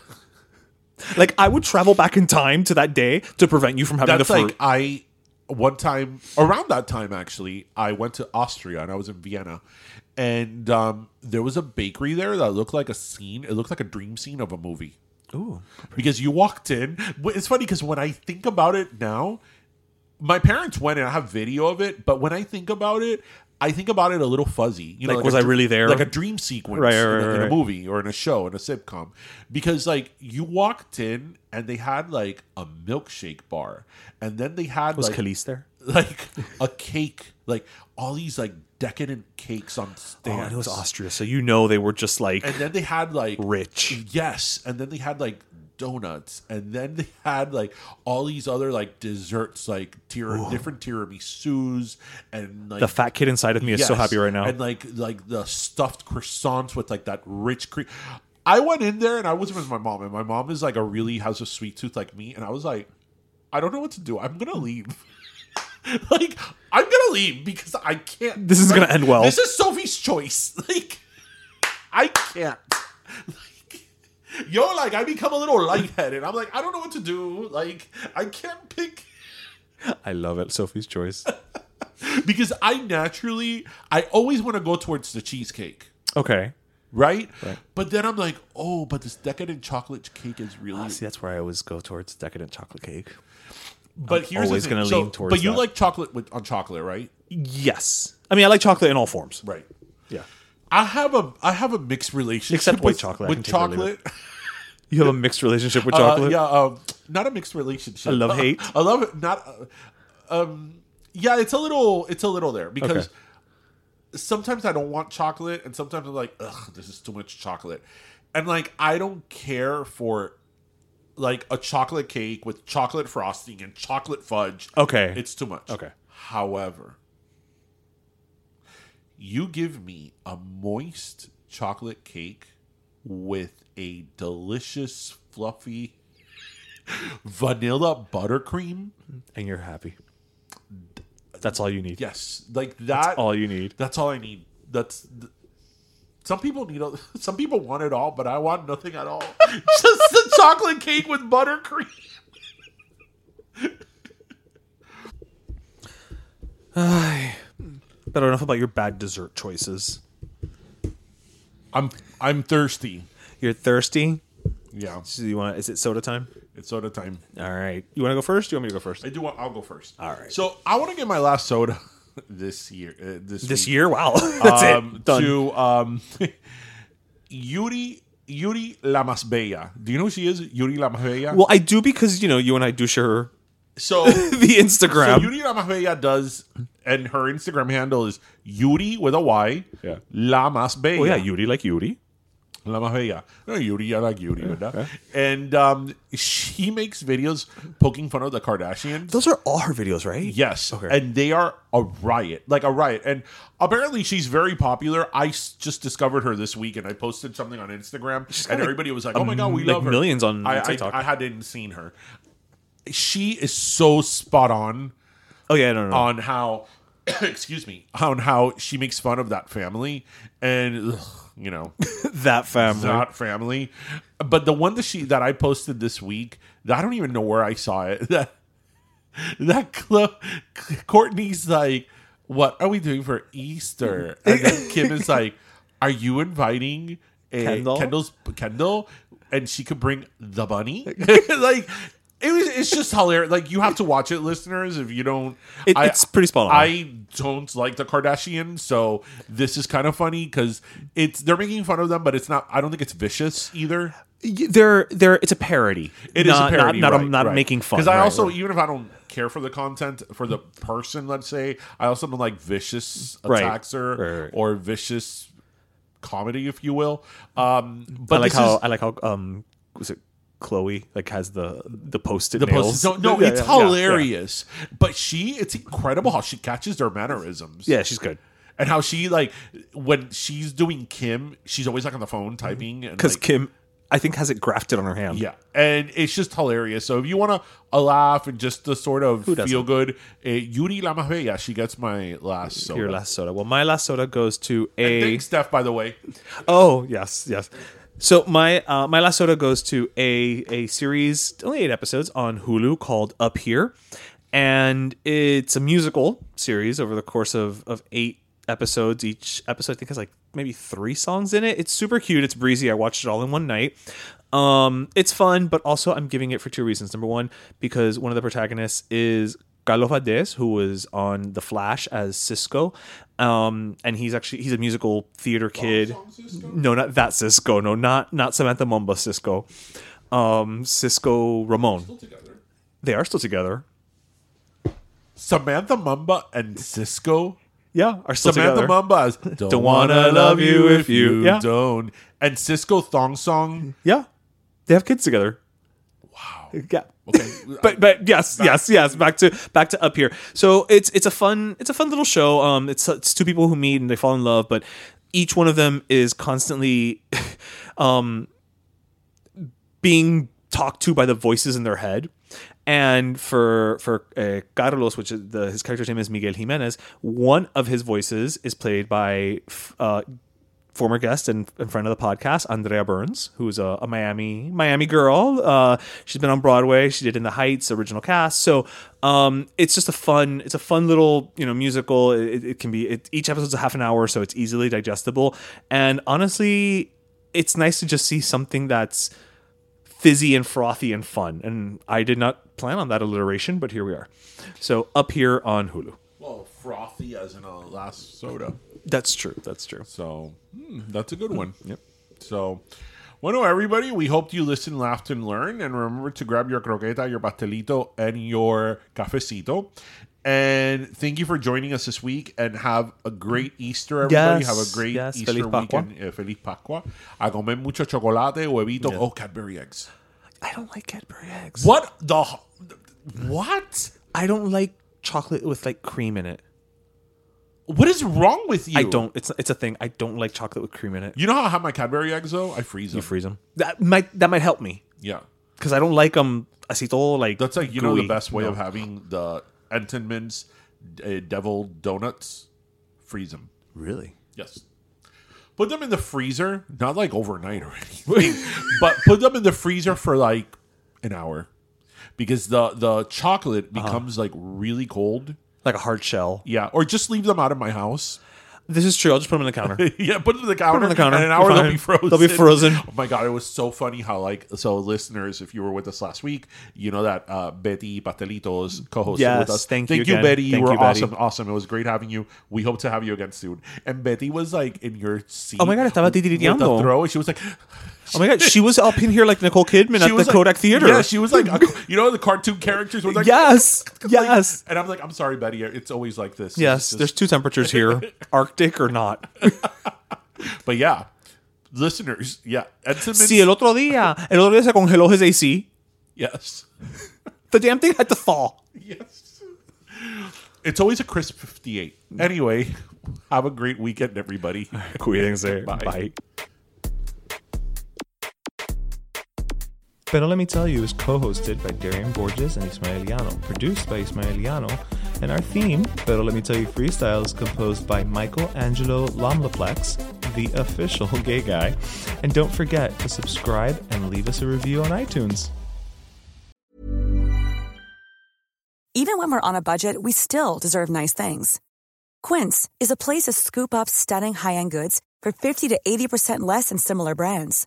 Like I would travel back in time to that day to prevent you from having
That's
the fruit.
like I one time around that time actually I went to Austria and I was in Vienna and um, there was a bakery there that looked like a scene it looked like a dream scene of a movie. Ooh. Because you walked in w- it's funny cuz when I think about it now my parents went and I have video of it but when I think about it I think about it a little fuzzy. You know,
Like,
like
was
I
I really there?
Like a dream sequence
Right, right,
in a-
right,
in a
right.
movie movie or in a show in a sitcom because like you walked in and they had like a milkshake bar and then they had
was
like
Khalees there?
like a cake like all these like decadent cakes on
Oh,
stands
and it was Austria, so you know they were just like
and then they had like
Rich.
yes and then they had like donuts and then they had like all these other like desserts like tir- different tiramisus and like
the fat kid inside of me is so
Yes.
happy right now.
And like like the stuffed croissants with like that rich cream. I went in there and I was with my mom, and my mom is like a really has a sweet tooth like me, and I was like, I don't know what to do. I'm gonna leave. like I'm gonna leave because I can't.
This is
like,
gonna end well.
This is Sophie's choice. Like I can't. Like, yo, like I become a little lightheaded. I'm like I don't know what to do. Like I can't pick.
I love it. Sophie's choice.
because I naturally I always want to go towards the cheesecake,
Okay.
right? But then I'm like, oh, but this decadent chocolate cake is really.
Ah, See, that's where I always go towards decadent chocolate cake.
but here's
always
the thing.
gonna
So-
lean towards
But you
that.
like chocolate with on chocolate, right?
Yes. I mean, I like chocolate in all forms.
Right.
Yeah.
I have a I have a mixed relationship
Except white
with
chocolate. I
With
can take it or leave
chocolate,
You have a mixed relationship with
Uh,
chocolate.
yeah, um, not a mixed relationship. Uh,
A love-hate?
I love it. Not. Uh, um, yeah, it's a little. It's a little there because.
Okay.
Sometimes I don't want chocolate, and sometimes I'm like, ugh, this is too much chocolate. And like, I don't care for like a chocolate cake with chocolate frosting and chocolate fudge.
Okay.
It's too much.
Okay.
However, you give me a moist chocolate cake with a delicious, fluffy vanilla buttercream.
And you're happy. That's all you need.
Yes, like that.
All you need.
That's all I need. That's. th- some people need a, some people want it all, but I want nothing at all. Just the chocolate cake with buttercream.
But enough about your bad dessert choices.
I'm I'm thirsty.
You're thirsty.
Yeah,
So you want? Is it soda time?
it's soda time.
All right. You want to go first? You want me to go first?
I do want. I'll go first.
All right.
So I want to get my last soda this year. Uh, this
This
week.
year? Wow. That's
um,
it. Done.
to um, Yuri Yuri La Mas Bella. Do you know who she is? Yuri La Mas Bella.
well, I do because you know you and I do share
so
the Instagram.
so Yuri La Mas Bella does, and her Instagram handle is Yuri with a Y.
Yeah.
La Mas Bella.
oh yeah, Yuri like Yuri.
La más bella. No, Yuri, I like Yuri, ¿verdad? And um, she makes videos poking fun of the Kardashians.
Those are all her videos, right?
Yes.
Okay.
And they are a riot, like a riot. And apparently she's very popular. I s- just discovered her this week and I posted something on Instagram and everybody was like, oh my God, we
like
love her.
millions on
I, I-
TikTok.
I, hadn't seen her. She is so spot on
Oh yeah, no, no. no.
on how, excuse me, on how she makes fun of that family and, ugh, you know,
that family.
not family. But the one that she that I posted this week, I don't even know where I saw it. That that clip, Courtney's like, "What are we doing for Easter?" And then Kim is like, "Are you inviting a
Kendall?
Kendall's Kendall?" And she could bring the bunny, like. It was, it's just hilarious. Like you have to watch it, listeners. If you don't,
It- it's pretty spot on.
I don't like the Kardashians, so this is kind of funny because it's they're making fun of them, but it's not. I don't think it's vicious either.
Y- They're they're. It's a parody.
It is
not,
a parody,
Not, not,
right,
not
right.
making fun.
Because I
right,
also,
right.
even if I don't care for the content for the person, let's say, I also don't like vicious
Right.
attacks or
Right, right.
or vicious comedy, if you will. Um, but
I like
this
how
is-
I like how um was it Chloe like has the the post-it
the
nails.
post no, no
Yeah,
it's
yeah, yeah,
hilarious. But she, it's incredible how she catches their mannerisms.
Yeah, Yeah, she's good.
and how she like when she's doing Kim, she's always like on the phone typing and,
because
like,
Mm-hmm. Kim, I think, has it grafted on her hand.
Yeah, and it's just hilarious. So if you want to laugh and just the sort of
doesn't?
feel good, uh, Yuri La Más Bella, she gets my last soda.
Your last soda. Well, my last soda goes to a.
Thanks, Steph. By the way,
Oh yes, yes. So my uh, my last soda goes to a a series, only eight episodes on Hulu called Up Here, and it's a musical series over the course of of eight episodes. Each episode I think has like maybe three songs in it. It's super cute. It's breezy. I watched it all in one night. Um, it's fun, but also I'm giving it for two reasons. Number one, because one of the protagonists is Carlo Valdez, who was on The Flash as Cisco, um, and he's actually he's a musical theater kid. No, not that Cisco. No, not not Samantha Mumba Cisco. Um, Cisco Ramon. They are still together.
Samantha Mumba and Cisco.
Yeah, are still
Samantha
together.
Mumba is don't, wanna love you if you
Yeah. Mm-hmm.
don't. And Cisco Thong Song.
yeah, they have kids together. Wow. Yeah.
Okay.
but but yes yes yes back to back to up here so it's it's a fun it's a fun little show um it's it's two people who meet and they fall in love but each one of them is constantly um being talked to by the voices in their head and for for uh, Carlos, which is the, his character's name is Miguel Jimenez, one of his voices is played by f- uh, former guest and, and friend of the podcast, Andrea Burns, who's a, a Miami Miami girl. Uh, she's been on Broadway. She did In the Heights, original cast. So um, it's just a fun, it's a fun little you know musical. It, it can be it, each episode's a half an hour, so it's easily digestible. And honestly, it's nice to just see something that's fizzy and frothy and fun. And I did not plan on that alliteration, but here we are. So up here on Hulu.
Well, frothy as in a last soda.
That's true. That's true.
So hmm, that's a good one. Yep. So, bueno, everybody, we hope you listen, laughed, and learned. And remember to grab your croqueta, your pastelito, and your cafecito. And thank you for joining us this week. And have a great Easter, everybody.
Yes,
have a great
yes,
Easter
Feliz Pascua.
weekend. Eh, Feliz Pascua. A comer mucho chocolate, huevito, oh, Cadbury eggs.
I don't like Cadbury eggs.
What the? What?
I don't like chocolate with like cream in it.
What is wrong with you?
I don't. It's it's a thing. I don't like chocolate with cream in it.
You know how I have my Cadbury eggs though? I freeze them.
You freeze them. That might that might help me
Yeah,
because I don't like them. I see all like
that's like you know
gooey.
the best way
No.
of having the Entenmann's uh, deviled donuts. Freeze them.
really.
Yes. Put them in the freezer, not like overnight or anything, but put them in the freezer for like an hour, because the the chocolate
Uh-huh.
becomes like really cold.
Like a hard shell.
Yeah, or just leave them out of my house.
This is true. I'll just put them on the counter.
yeah, put it on the counter.
it on the counter.
And an hour they'll
Fine.
be frozen.
They'll be frozen.
Oh my god, it was so funny how like so listeners, if you were with us last week, you know that uh, Betty Patelitos co-hosted
Yes,
with us.
thank you
thank you,
again.
Betty. you
Thank
were
you, Betty.
awesome, awesome. It was great having you. We hope to have you again soon. And Betty was like in your seat.
Oh my God, estaba
with the
titiriando.
throw, and she was like.
Oh my god, she was up in here like Nicole Kidman
she
at the
was like-
Kodak Theater.
Yeah, she was like, a- you know, the cartoon characters were like,
yes, yes,
And I'm like, I'm sorry, Betty. It's always like this.
yes.
It's
There's
just-
two temperatures here: Arctic or not.
But yeah, listeners, yeah, Entenmann's-
See, el otro día, el otro día se congeló his AC.
yes.
The damn thing had to thaw.
Yes. It's always a crisp 58. Anyway, have a great weekend, everybody.
Cuídense.
Bye.
Bye.
Pero Let Me Tell You is co hosted by Darian Borges and Ismaeliano, produced by Ismaeliano, and our theme, Pero Let Me Tell You Freestyle, is composed by Michael Angelo Lomlaplex, the official gay guy. And don't forget to subscribe and leave us a review on iTunes.
Even when we're on a budget, we still deserve nice things. Quince is a place to scoop up stunning high end goods for 50 to 80% less than similar brands.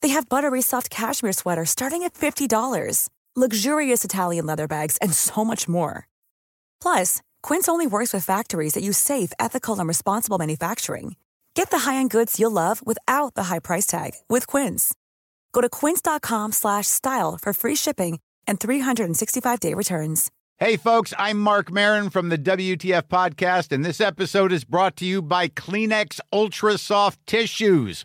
They have buttery soft cashmere sweaters starting at $50, luxurious Italian leather bags, and so much more. Plus, Quince only works with factories that use safe, ethical, and responsible manufacturing. Get the high-end goods you'll love without the high price tag with Quince. Go to quince.com/style slash style for free shipping and 365-day returns.
Hey, folks, I'm Mark Marin from the WTF Podcast, and this episode is brought to you by Kleenex Ultra Soft Tissues,